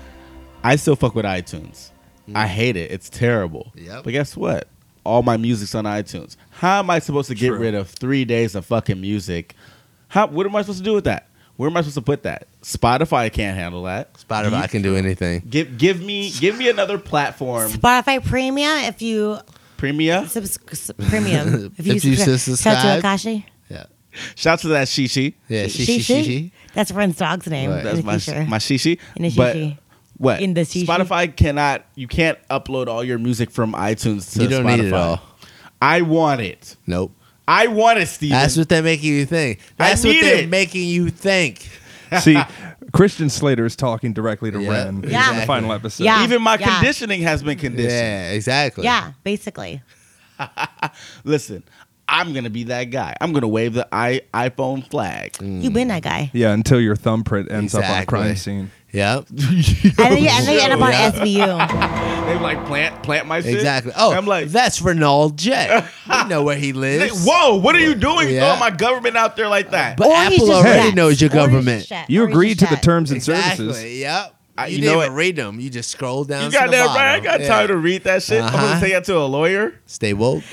[SPEAKER 2] I still fuck with iTunes. I hate it. It's terrible.
[SPEAKER 1] Mm. Yep.
[SPEAKER 2] But guess what? All my music's on iTunes. How am I supposed to get
[SPEAKER 7] True.
[SPEAKER 2] rid of three days of fucking music? How? What am I supposed to do with that? Where am I supposed to put that? Spotify can't handle that.
[SPEAKER 1] Spotify I can do anything.
[SPEAKER 2] Give give me give me another platform.
[SPEAKER 3] Spotify Premium, if you
[SPEAKER 2] Premia.
[SPEAKER 3] subs- s- Premium, if you,
[SPEAKER 1] If you
[SPEAKER 3] subscribe-
[SPEAKER 1] subscribe.
[SPEAKER 3] shout out to Akashi.
[SPEAKER 1] Yeah.
[SPEAKER 2] Shout out to that Shishi.
[SPEAKER 1] Yeah. She, she, she, she.
[SPEAKER 3] That's Ren's dog's name.
[SPEAKER 1] Right.
[SPEAKER 3] in
[SPEAKER 2] That's
[SPEAKER 3] the
[SPEAKER 2] my
[SPEAKER 3] future.
[SPEAKER 2] my Shishi.
[SPEAKER 3] In the
[SPEAKER 2] But
[SPEAKER 3] shishi.
[SPEAKER 2] what?
[SPEAKER 3] In the shishi.
[SPEAKER 2] Spotify cannot. You can't upload all your music from iTunes to
[SPEAKER 1] You don't
[SPEAKER 2] Spotify.
[SPEAKER 1] need it all.
[SPEAKER 2] I want it.
[SPEAKER 1] Nope.
[SPEAKER 2] I want it, Steven.
[SPEAKER 1] That's what they're making you think.
[SPEAKER 2] I
[SPEAKER 1] That's what
[SPEAKER 2] need
[SPEAKER 1] they're
[SPEAKER 2] it.
[SPEAKER 1] making you think.
[SPEAKER 7] See, Christian Slater is talking directly to
[SPEAKER 1] Yeah,
[SPEAKER 7] Ren
[SPEAKER 3] Yeah.
[SPEAKER 7] in the
[SPEAKER 1] exactly.
[SPEAKER 7] final episode.
[SPEAKER 3] Yeah.
[SPEAKER 2] Even my
[SPEAKER 3] yeah.
[SPEAKER 2] conditioning has been conditioned.
[SPEAKER 1] Yeah, exactly.
[SPEAKER 3] Yeah, basically.
[SPEAKER 2] Listen, I'm gonna be that guy. I'm gonna wave the i iPhone flag.
[SPEAKER 1] Mm.
[SPEAKER 3] You've
[SPEAKER 1] Hmm.
[SPEAKER 3] been that guy.
[SPEAKER 7] Yeah, until your thumbprint ends up on a
[SPEAKER 1] Exactly.
[SPEAKER 7] crime scene.
[SPEAKER 1] Yep.
[SPEAKER 3] And then, you- and then you end up on
[SPEAKER 1] Yeah.
[SPEAKER 3] SVU.
[SPEAKER 2] They like plant plant my shit.
[SPEAKER 1] Exactly. Oh,
[SPEAKER 2] I'm like
[SPEAKER 1] that's Renald J. we know where he
[SPEAKER 2] they-
[SPEAKER 1] lives.
[SPEAKER 2] whoa, what are you doing?
[SPEAKER 1] Yeah.
[SPEAKER 2] Throwing my government out there like that?
[SPEAKER 1] But
[SPEAKER 3] Or he's
[SPEAKER 1] Apple
[SPEAKER 3] just
[SPEAKER 1] already
[SPEAKER 3] Shaq.
[SPEAKER 1] knows your
[SPEAKER 3] Or he's
[SPEAKER 1] government.
[SPEAKER 3] Shaq.
[SPEAKER 7] You
[SPEAKER 3] Or he's
[SPEAKER 7] agreed to the
[SPEAKER 3] Shaq.
[SPEAKER 7] terms and
[SPEAKER 1] Exactly.
[SPEAKER 7] services.
[SPEAKER 1] Yep.
[SPEAKER 2] I-
[SPEAKER 1] you
[SPEAKER 2] you know
[SPEAKER 1] didn't
[SPEAKER 2] what?
[SPEAKER 1] even read them. You just scroll down.
[SPEAKER 2] you
[SPEAKER 1] to
[SPEAKER 2] got
[SPEAKER 1] the
[SPEAKER 2] that
[SPEAKER 1] bottom.
[SPEAKER 2] right. I got
[SPEAKER 1] Yeah.
[SPEAKER 2] time to read that shit. I'm
[SPEAKER 1] Uh-huh.
[SPEAKER 2] gonna take that to a lawyer.
[SPEAKER 1] Stay woke.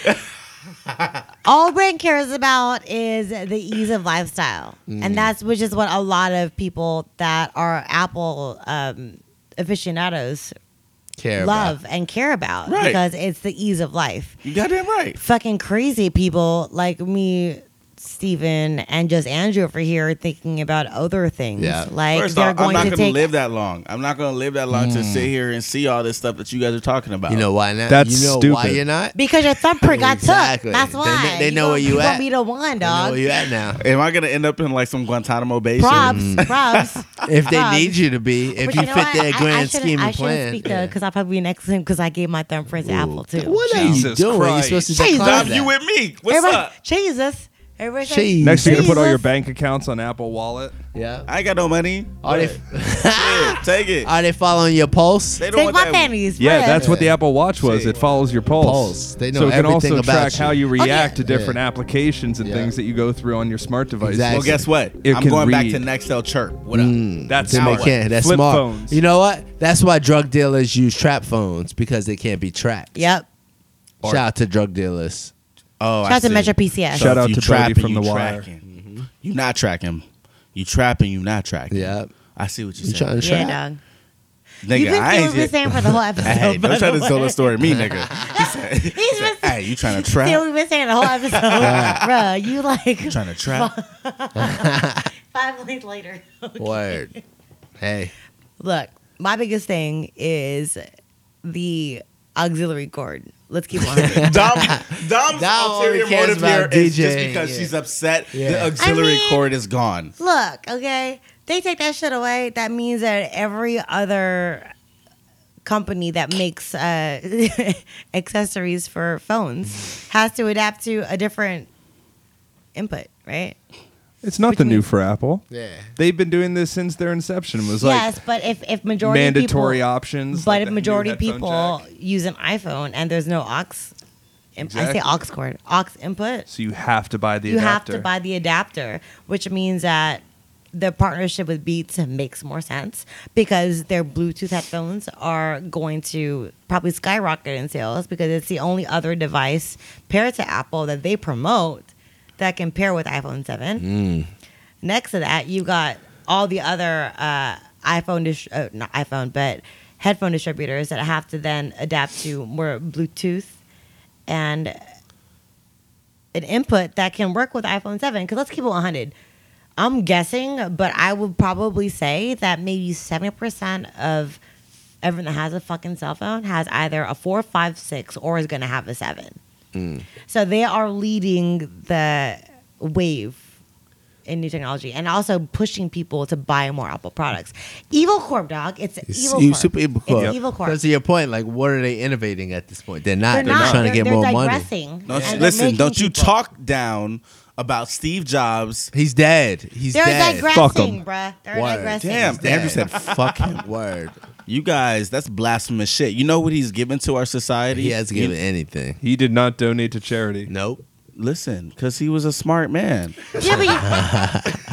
[SPEAKER 3] All Brent cares about is the ease of lifestyle,
[SPEAKER 1] Mm.
[SPEAKER 3] and that's which is what a lot of people that are Apple um, aficionados
[SPEAKER 1] Care about
[SPEAKER 3] love and care about
[SPEAKER 2] Right.
[SPEAKER 3] because it's the ease of life.
[SPEAKER 2] You goddamn right.
[SPEAKER 3] Fucking crazy people like me, Steven, and just Andrew over here thinking about other things.
[SPEAKER 1] Yeah.
[SPEAKER 3] Like
[SPEAKER 2] First
[SPEAKER 3] they're
[SPEAKER 2] off, I'm
[SPEAKER 3] going
[SPEAKER 2] not
[SPEAKER 3] to
[SPEAKER 2] gonna
[SPEAKER 3] take
[SPEAKER 2] live that long. I'm not gonna live that long to
[SPEAKER 7] Mm.
[SPEAKER 2] sit here and see all this stuff that you guys are talking about.
[SPEAKER 1] You know why not?
[SPEAKER 7] That's
[SPEAKER 1] you know why
[SPEAKER 7] stupid.
[SPEAKER 1] you're not?
[SPEAKER 3] because your thumbprint got
[SPEAKER 1] Exactly.
[SPEAKER 3] took. That's
[SPEAKER 1] They-
[SPEAKER 3] why
[SPEAKER 1] they know
[SPEAKER 3] you
[SPEAKER 1] where you
[SPEAKER 3] you
[SPEAKER 1] at.
[SPEAKER 3] Gonna be the one,
[SPEAKER 1] You know
[SPEAKER 3] dog.
[SPEAKER 1] where you at now?
[SPEAKER 2] Am I gonna end up in like some Guantanamo Bay? shit?
[SPEAKER 3] Props, props.
[SPEAKER 1] If they
[SPEAKER 3] Rob.
[SPEAKER 1] need you to be, if
[SPEAKER 3] But
[SPEAKER 1] you,
[SPEAKER 3] know
[SPEAKER 1] fit
[SPEAKER 3] what?
[SPEAKER 1] their grand
[SPEAKER 3] shouldn't-
[SPEAKER 1] scheme
[SPEAKER 3] I
[SPEAKER 1] and
[SPEAKER 3] shouldn't
[SPEAKER 1] plan.
[SPEAKER 3] speak though,
[SPEAKER 1] Yeah.
[SPEAKER 3] because I'll probably be next to him because I gave my thumbprint to Apple too.
[SPEAKER 1] What are you
[SPEAKER 7] Jesus
[SPEAKER 1] doing?
[SPEAKER 7] Christ.
[SPEAKER 1] You're supposed to
[SPEAKER 3] Jesus.
[SPEAKER 1] decline
[SPEAKER 2] Dom,
[SPEAKER 1] that.
[SPEAKER 2] you with me? What's
[SPEAKER 3] Everybody,
[SPEAKER 2] up?
[SPEAKER 3] Jesus. Everybody says-
[SPEAKER 1] Jeez.
[SPEAKER 7] Next, you're gonna put all
[SPEAKER 3] Jesus.
[SPEAKER 7] your bank accounts on Apple Wallet.
[SPEAKER 1] Yeah.
[SPEAKER 2] I ain't got no money.
[SPEAKER 3] Oh,
[SPEAKER 1] Are
[SPEAKER 2] But-
[SPEAKER 1] they,
[SPEAKER 2] Yeah, take it.
[SPEAKER 1] are they following your pulse?
[SPEAKER 2] They don't
[SPEAKER 3] uh, Take
[SPEAKER 2] want
[SPEAKER 3] my
[SPEAKER 2] that-
[SPEAKER 3] panties.
[SPEAKER 7] Yeah,
[SPEAKER 3] whatever.
[SPEAKER 7] that's what the Apple Watch was.
[SPEAKER 2] See.
[SPEAKER 7] It follows your pulse.
[SPEAKER 1] Pulse. They know
[SPEAKER 7] so it can
[SPEAKER 1] everything
[SPEAKER 7] also
[SPEAKER 1] about
[SPEAKER 7] track
[SPEAKER 1] you.
[SPEAKER 7] how you react to different
[SPEAKER 1] Yeah.
[SPEAKER 7] applications and
[SPEAKER 1] Yeah.
[SPEAKER 7] things that you go through on your smart devices.
[SPEAKER 1] Exactly.
[SPEAKER 2] Well, guess what?
[SPEAKER 7] It
[SPEAKER 2] I'm
[SPEAKER 7] can
[SPEAKER 2] going back
[SPEAKER 7] read. Mm.
[SPEAKER 2] to Nextel Chirp. What up?
[SPEAKER 7] That's
[SPEAKER 1] Then
[SPEAKER 7] how
[SPEAKER 1] they
[SPEAKER 7] it-
[SPEAKER 1] can't. That's
[SPEAKER 7] flip
[SPEAKER 1] smart.
[SPEAKER 7] phones.
[SPEAKER 1] You know what? That's why drug dealers use trap phones because they can't be tracked.
[SPEAKER 3] Yep.
[SPEAKER 1] Shout out to drug dealers.
[SPEAKER 2] Oh,
[SPEAKER 3] Shout out to Mm-hmm. Metro PCS.
[SPEAKER 7] Shout
[SPEAKER 2] if
[SPEAKER 7] out
[SPEAKER 2] you
[SPEAKER 7] to
[SPEAKER 2] trapping,
[SPEAKER 7] Brody from
[SPEAKER 2] you
[SPEAKER 7] The Wire.
[SPEAKER 2] tracking. You not tracking. You trapping. You not tracking.
[SPEAKER 1] Yeah.
[SPEAKER 2] I see what you
[SPEAKER 1] You trying
[SPEAKER 2] said.
[SPEAKER 1] to
[SPEAKER 3] Yeah,
[SPEAKER 1] trap?
[SPEAKER 3] dog.
[SPEAKER 2] Nigga,
[SPEAKER 3] You've been
[SPEAKER 2] I
[SPEAKER 3] feeling
[SPEAKER 2] ain't
[SPEAKER 3] the
[SPEAKER 2] just-
[SPEAKER 3] same for the whole episode.
[SPEAKER 2] Hey,
[SPEAKER 3] by
[SPEAKER 2] don't try
[SPEAKER 3] the
[SPEAKER 2] to
[SPEAKER 3] way.
[SPEAKER 2] tell the story, to me nigga. He said, he said, hey, you trying to
[SPEAKER 3] See,
[SPEAKER 2] trap?
[SPEAKER 3] we've been saying the whole episode, bruh. You like
[SPEAKER 2] Trying to trap?
[SPEAKER 3] five minutes later.
[SPEAKER 1] Word. Hey.
[SPEAKER 3] Look, my biggest thing is the auxiliary cord. Let's keep on. it.
[SPEAKER 2] Dom, Dom's
[SPEAKER 1] Dom
[SPEAKER 2] ulterior
[SPEAKER 1] only cares
[SPEAKER 2] motive here
[SPEAKER 1] about
[SPEAKER 2] is just
[SPEAKER 1] DJing,
[SPEAKER 2] because
[SPEAKER 1] yeah.
[SPEAKER 2] she's upset the
[SPEAKER 1] Yeah.
[SPEAKER 2] auxiliary
[SPEAKER 3] I mean-
[SPEAKER 2] cord is gone.
[SPEAKER 3] Look, okay, they take that shit away. That means that every other company that makes uh, accessories for phones has to adapt to a different input, right?
[SPEAKER 7] It's not the new for Apple.
[SPEAKER 1] Yeah.
[SPEAKER 7] They've been doing this since their inception. It was
[SPEAKER 3] yes, but if if
[SPEAKER 7] like
[SPEAKER 3] majority of
[SPEAKER 7] mandatory
[SPEAKER 3] people,
[SPEAKER 7] options.
[SPEAKER 3] But
[SPEAKER 7] like
[SPEAKER 3] if
[SPEAKER 7] that new
[SPEAKER 3] majority of
[SPEAKER 7] headphone
[SPEAKER 3] people
[SPEAKER 7] jack.
[SPEAKER 3] use an iPhone and there's no aux, I say
[SPEAKER 7] Exactly.
[SPEAKER 3] aux cord, aux input,
[SPEAKER 7] So you have to buy the
[SPEAKER 3] you have
[SPEAKER 7] adapter.
[SPEAKER 3] to buy the adapter, which means that the partnership with Beats makes more sense because their Bluetooth headphones are going to probably skyrocket in sales because it's the only other device paired to Apple that they promote that can pair with iPhone 7.
[SPEAKER 7] Hmm.
[SPEAKER 3] Next to that, you got all the other uh, iPhone, dis- uh, not iPhone, but headphone distributors that have to then adapt to more Bluetooth and an input that can work with iPhone 7. Because let's keep it 100. I'm guessing, but I would probably say that maybe 70% of everyone that has a fucking cell phone has either a four, five, six, or is going to have a 7.
[SPEAKER 1] Mm.
[SPEAKER 3] So they are leading the wave in new technology and also pushing people to buy more Apple products. Evil Corp, dog. It's, evil
[SPEAKER 1] you
[SPEAKER 3] corp.
[SPEAKER 1] E- super evil
[SPEAKER 3] It's
[SPEAKER 1] corp.
[SPEAKER 3] evil corp.
[SPEAKER 1] Because to your point, like, what are they innovating at this point? They're not.
[SPEAKER 3] They're
[SPEAKER 1] They're,
[SPEAKER 3] not
[SPEAKER 1] trying to
[SPEAKER 3] They're-
[SPEAKER 1] get
[SPEAKER 3] they're
[SPEAKER 1] more money.
[SPEAKER 3] digressing and
[SPEAKER 2] Don't you,
[SPEAKER 3] they're
[SPEAKER 2] listen,
[SPEAKER 3] making
[SPEAKER 2] don't you
[SPEAKER 3] people-
[SPEAKER 2] talk down about Steve Jobs.
[SPEAKER 1] He's dead. He's
[SPEAKER 3] They're
[SPEAKER 1] dead.
[SPEAKER 7] Fuck
[SPEAKER 3] digressing,
[SPEAKER 7] 'em.
[SPEAKER 3] bruh. They're
[SPEAKER 1] Word.
[SPEAKER 3] digressing.
[SPEAKER 2] Damn, Andrew said,
[SPEAKER 1] "Fuck him." Word.
[SPEAKER 2] You guys, that's blasphemous shit. You know what he's given to our society?
[SPEAKER 1] He hasn't given
[SPEAKER 2] You-
[SPEAKER 1] anything.
[SPEAKER 7] he did not donate to charity.
[SPEAKER 1] Nope.
[SPEAKER 2] Listen, because he was a smart man.
[SPEAKER 3] Yeah, but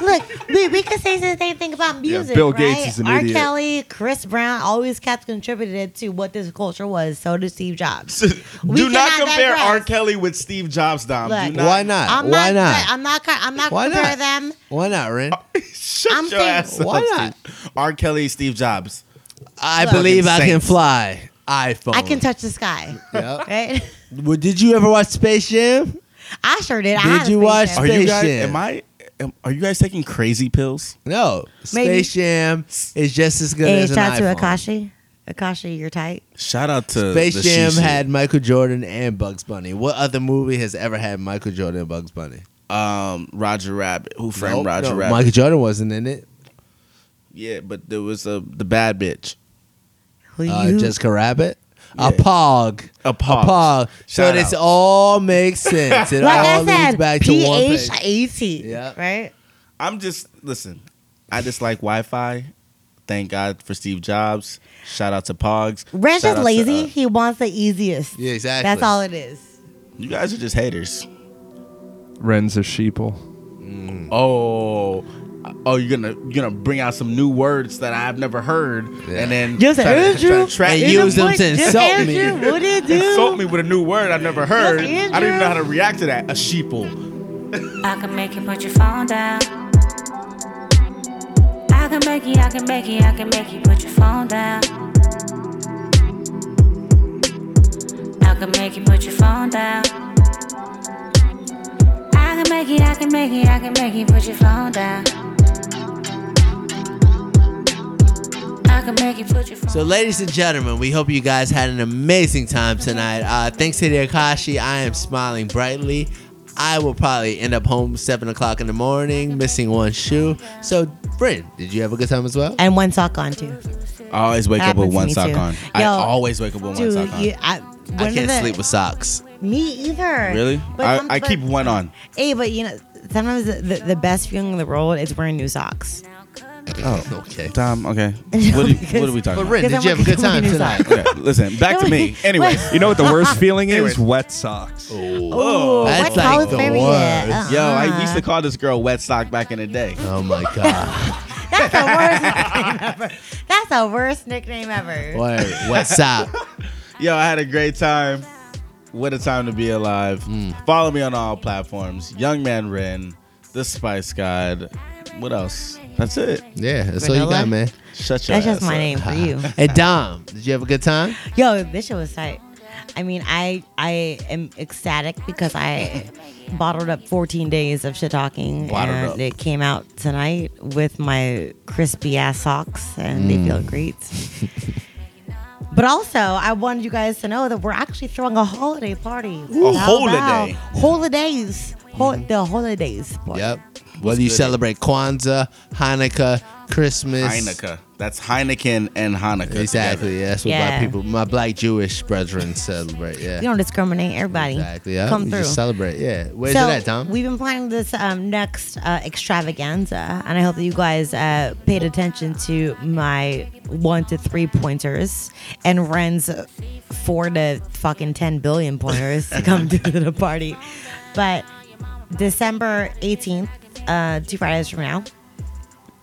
[SPEAKER 3] you- look, we, we could say the same thing about music.
[SPEAKER 7] Bill
[SPEAKER 3] right?
[SPEAKER 7] Gates is an
[SPEAKER 3] R.
[SPEAKER 7] idiot.
[SPEAKER 3] Kelly, Chris Brown, always kept contributed to what this culture was. So did Steve Jobs.
[SPEAKER 2] Do not
[SPEAKER 3] cannot
[SPEAKER 2] compare
[SPEAKER 3] digress.
[SPEAKER 2] R. Kelly with Steve Jobs, Dom.
[SPEAKER 3] Look.
[SPEAKER 2] Do not.
[SPEAKER 1] Why not?
[SPEAKER 3] I'm
[SPEAKER 1] Why
[SPEAKER 3] not,
[SPEAKER 1] not?
[SPEAKER 3] I'm not. I'm not
[SPEAKER 1] Why
[SPEAKER 3] comparing
[SPEAKER 1] not?
[SPEAKER 3] them.
[SPEAKER 1] Why not, Ren?
[SPEAKER 2] Shut
[SPEAKER 3] I'm
[SPEAKER 2] your
[SPEAKER 3] saying-
[SPEAKER 2] ass up.
[SPEAKER 1] Why not?
[SPEAKER 2] Steve. R. Kelly, Steve Jobs.
[SPEAKER 1] I believe I can
[SPEAKER 2] Saints.
[SPEAKER 1] fly. iPhone.
[SPEAKER 3] I can touch the sky.
[SPEAKER 1] Yep.
[SPEAKER 3] Right?
[SPEAKER 1] well, did you ever watch Space Jam?
[SPEAKER 3] I sure did. I
[SPEAKER 1] Did
[SPEAKER 3] had a
[SPEAKER 1] you watch- Oh,
[SPEAKER 3] spaceship.
[SPEAKER 2] Are you guys?
[SPEAKER 1] Spaceship.
[SPEAKER 2] Am I? Am, are you guys taking crazy pills?
[SPEAKER 1] No.
[SPEAKER 3] Maybe.
[SPEAKER 1] Space Jam is just as good
[SPEAKER 3] Hey,
[SPEAKER 1] as an
[SPEAKER 3] shout out to
[SPEAKER 1] iPhone.
[SPEAKER 3] Akashi. Akashi, you're tight.
[SPEAKER 2] Shout out to
[SPEAKER 1] Space
[SPEAKER 2] the
[SPEAKER 1] Jam
[SPEAKER 2] she-she.
[SPEAKER 1] had Michael Jordan and Bugs Bunny. What other movie has ever had Michael Jordan and Bugs Bunny?
[SPEAKER 2] um Roger Rabbit. Who framed
[SPEAKER 1] Nope,
[SPEAKER 2] Roger
[SPEAKER 1] no,
[SPEAKER 2] Rabbit?
[SPEAKER 1] Michael Jordan wasn't in it.
[SPEAKER 2] Yeah, but there was a the bad bitch.
[SPEAKER 3] Who
[SPEAKER 1] Uh,
[SPEAKER 3] you?
[SPEAKER 1] Jessica Rabbit. A
[SPEAKER 2] Yeah.
[SPEAKER 1] pog.
[SPEAKER 2] A
[SPEAKER 1] A
[SPEAKER 2] pog.
[SPEAKER 1] pog. So
[SPEAKER 2] Shout
[SPEAKER 1] this
[SPEAKER 2] out.
[SPEAKER 1] all makes sense. It
[SPEAKER 3] like
[SPEAKER 1] all
[SPEAKER 3] I
[SPEAKER 1] leads
[SPEAKER 3] said,
[SPEAKER 1] back to one
[SPEAKER 3] P H
[SPEAKER 1] thing.
[SPEAKER 3] A T.
[SPEAKER 1] Yeah.
[SPEAKER 3] Right.
[SPEAKER 2] I'm just listen. I just like Wi-Fi. Thank God for Steve Jobs. Shout out to Pogs. Shout
[SPEAKER 3] Rand's just
[SPEAKER 2] out to,
[SPEAKER 3] lazy.
[SPEAKER 2] uh,
[SPEAKER 3] he wants the easiest.
[SPEAKER 1] Yeah, exactly.
[SPEAKER 3] That's all it is.
[SPEAKER 2] you guys are just haters.
[SPEAKER 7] Ren's a sheeple.
[SPEAKER 2] Oh, oh, you're gonna you're gonna bring out some new words that I've never heard, and then
[SPEAKER 3] Yes,
[SPEAKER 2] try to-
[SPEAKER 3] Andrew.
[SPEAKER 2] try to track-
[SPEAKER 1] And use them to
[SPEAKER 3] Just
[SPEAKER 1] insult me.
[SPEAKER 3] Andrew, what it do?
[SPEAKER 2] insult me with a new word I've never heard.
[SPEAKER 3] Yes,
[SPEAKER 2] I don't even know how to
[SPEAKER 3] Andrew.
[SPEAKER 2] react to that. A sheeple.
[SPEAKER 5] I can make you put your phone down. I can make you, I can make you, I can make you put your phone down. I can make you put your phone down. I can make you, I can make you, I can make you put your phone down. I can make you put your phone
[SPEAKER 1] So, ladies and gentlemen, we hope you guys had an amazing time tonight. Uh, thanks to the Akashi, I am smiling brightly. I will probably end up home seven o'clock in the morning, missing one shoe. So, Bryn, did you have a good time as well?
[SPEAKER 3] And one sock on too.
[SPEAKER 2] I always wake up
[SPEAKER 3] Happens
[SPEAKER 2] with
[SPEAKER 3] to
[SPEAKER 2] one
[SPEAKER 3] me
[SPEAKER 2] sock
[SPEAKER 3] too.
[SPEAKER 2] on. I
[SPEAKER 3] Yo,
[SPEAKER 2] always wake up with one
[SPEAKER 3] Dude,
[SPEAKER 2] sock on.
[SPEAKER 3] you, I,
[SPEAKER 1] I
[SPEAKER 3] one of
[SPEAKER 1] can't
[SPEAKER 3] the-
[SPEAKER 1] sleep with socks.
[SPEAKER 3] me either.
[SPEAKER 2] Really?
[SPEAKER 3] But
[SPEAKER 2] I,
[SPEAKER 3] some-
[SPEAKER 2] I
[SPEAKER 3] but-
[SPEAKER 2] keep one on.
[SPEAKER 3] Hey, but you know, sometimes the, the, the best feeling in the world is wearing new socks.
[SPEAKER 2] Oh,
[SPEAKER 1] Okay.
[SPEAKER 2] Dom. Okay. What are, you, what are we talking
[SPEAKER 1] But
[SPEAKER 2] about?
[SPEAKER 1] Bryn,
[SPEAKER 3] Because
[SPEAKER 1] did you
[SPEAKER 3] I'm
[SPEAKER 1] have a good
[SPEAKER 3] like,
[SPEAKER 1] time
[SPEAKER 3] "Who's
[SPEAKER 1] tonight?
[SPEAKER 2] Okay, listen. Back to me. Anyway.
[SPEAKER 7] You know what the worst feeling
[SPEAKER 2] Anyways.
[SPEAKER 7] is? Wet socks.
[SPEAKER 3] Oh,
[SPEAKER 1] That's
[SPEAKER 3] what's
[SPEAKER 1] like
[SPEAKER 3] Holly
[SPEAKER 1] the
[SPEAKER 3] Berry at? Uh-uh.
[SPEAKER 2] Yo, I used to call this girl wet sock back in the day.
[SPEAKER 1] Oh my god.
[SPEAKER 3] Uh-uh. That's the worst nickname ever. That's the worst nickname ever.
[SPEAKER 1] Word. What's up?
[SPEAKER 2] Yo, I had a great time. What a time to be alive.
[SPEAKER 3] Hmm.
[SPEAKER 2] Follow me on all platforms. Young Man Ren, The Spice God. What else? That's it.
[SPEAKER 1] Yeah, that's all you got,
[SPEAKER 3] Granola?
[SPEAKER 1] man.
[SPEAKER 2] Shut your
[SPEAKER 3] That's
[SPEAKER 2] ass
[SPEAKER 3] just my
[SPEAKER 2] up.
[SPEAKER 3] name for you.
[SPEAKER 1] Hey Dom, did you have a good time?
[SPEAKER 3] Yo, this shit was tight. I mean, I I am ecstatic because I bottled up 14 days of shit talking,
[SPEAKER 2] Bottled
[SPEAKER 3] and
[SPEAKER 2] up.
[SPEAKER 3] it came out tonight with my crispy ass socks, and they feel great. But also, I wanted you guys to know that we're actually throwing a holiday party. Bow, bow.
[SPEAKER 2] holiday.
[SPEAKER 3] Holidays. Hol- The holidays. party.
[SPEAKER 1] Yep. Whether you
[SPEAKER 2] good, eh?
[SPEAKER 1] celebrate Kwanzaa, Hanukkah, Christmas,
[SPEAKER 2] Heineken. That's Heineken and Hanukkah.
[SPEAKER 1] Exactly.
[SPEAKER 2] together.
[SPEAKER 1] Yeah, that's what my
[SPEAKER 3] Yeah.
[SPEAKER 1] people, my black Jewish brethren celebrate. Yeah.
[SPEAKER 3] You don't discriminate. Everybody.
[SPEAKER 1] exactly. Yeah.
[SPEAKER 3] Come
[SPEAKER 1] we
[SPEAKER 3] through.
[SPEAKER 1] Just celebrate. Yeah. Where's
[SPEAKER 3] so
[SPEAKER 1] it at, Tom?
[SPEAKER 3] We've been planning this um, next uh, extravaganza, and I hope that you guys uh, paid attention to my one to three pointers and Ren's four to fucking ten billion pointers to come to the party. But December 18th, uh, two Fridays from now,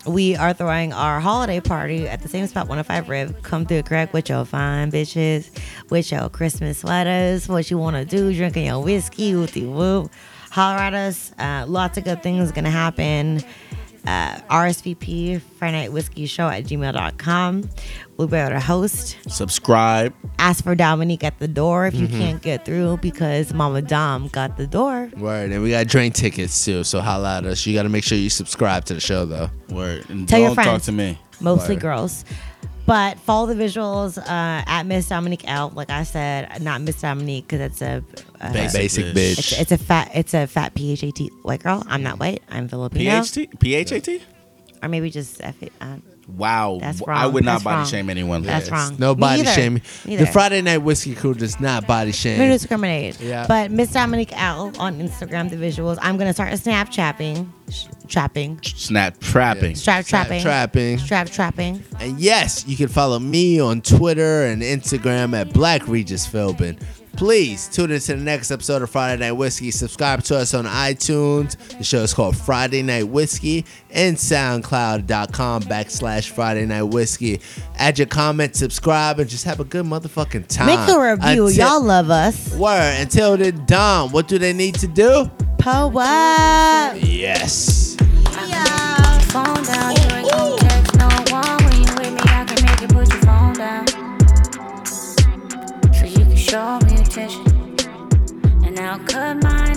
[SPEAKER 3] we are throwing our holiday party at the same spot, 105 Rib. Come through, correct, with your fine bitches, with your Christmas sweaters, what you want to do, drinking your whiskey, wooty woo. Holler at us. Uh, lots of good things going to happen. Uh, RSVP, Friday Night Whiskey Show at gmail.com. We'll be able to host
[SPEAKER 2] Subscribe.
[SPEAKER 3] ask for Dominique at the door if you can't get through because Mama Dom got the door.
[SPEAKER 1] Word. And we got drink tickets too. So holla at us. You got to make sure you subscribe to the show though.
[SPEAKER 2] Word. And
[SPEAKER 3] Tell
[SPEAKER 2] don't
[SPEAKER 3] your
[SPEAKER 2] talk
[SPEAKER 3] friends.
[SPEAKER 2] to me.
[SPEAKER 3] Mostly
[SPEAKER 1] Right.
[SPEAKER 3] girls. But follow the visuals uh, at Miss Dominique L. Like I said, not Miss Dominique because that's a uh,
[SPEAKER 1] Basic,
[SPEAKER 2] Basic
[SPEAKER 1] bitch.
[SPEAKER 3] it's, it's a fat it's a fat P H A T white girl. I'm not white. I'm Filipino,
[SPEAKER 2] PHT? PHAT?
[SPEAKER 3] or maybe just F it. Um,
[SPEAKER 2] Wow.
[SPEAKER 3] That's
[SPEAKER 2] I
[SPEAKER 3] wrong.
[SPEAKER 2] would not
[SPEAKER 3] That's
[SPEAKER 2] body
[SPEAKER 3] wrong.
[SPEAKER 2] shame anyone.
[SPEAKER 3] That's wrong.
[SPEAKER 1] No
[SPEAKER 3] Me
[SPEAKER 1] body
[SPEAKER 3] either.
[SPEAKER 1] shaming.
[SPEAKER 3] Me
[SPEAKER 1] The
[SPEAKER 3] either.
[SPEAKER 1] Friday Night Whiskey Crew does not body shame.
[SPEAKER 3] we don't discriminate.
[SPEAKER 1] Yeah.
[SPEAKER 3] But Miss Dominique L on Instagram, the visuals. I'm gonna start Snapchatting, sh- trapping,
[SPEAKER 2] Snap trapping.
[SPEAKER 3] strap
[SPEAKER 1] Snap
[SPEAKER 3] trapping,
[SPEAKER 1] trapping.
[SPEAKER 3] strap trapping.
[SPEAKER 1] And yes, you can follow me on Twitter and Instagram at Black Regis Philbin. Please tune in to the next episode of Friday Night Whiskey. Subscribe to us on iTunes. The show is called Friday Night Whiskey and SoundCloud.com backslash Friday Night Whiskey. Add your comment, subscribe, and just have a good motherfucking time.
[SPEAKER 3] Make a review.
[SPEAKER 1] Until-
[SPEAKER 3] Y'all love us.
[SPEAKER 1] Word. Until then, Dom, what do they need to do?
[SPEAKER 3] Po up.
[SPEAKER 1] Yes.
[SPEAKER 5] Phone down, you ain't gonna text no one. When you with me, I can make you put your phone down. So you can show me attention. And I'll cut my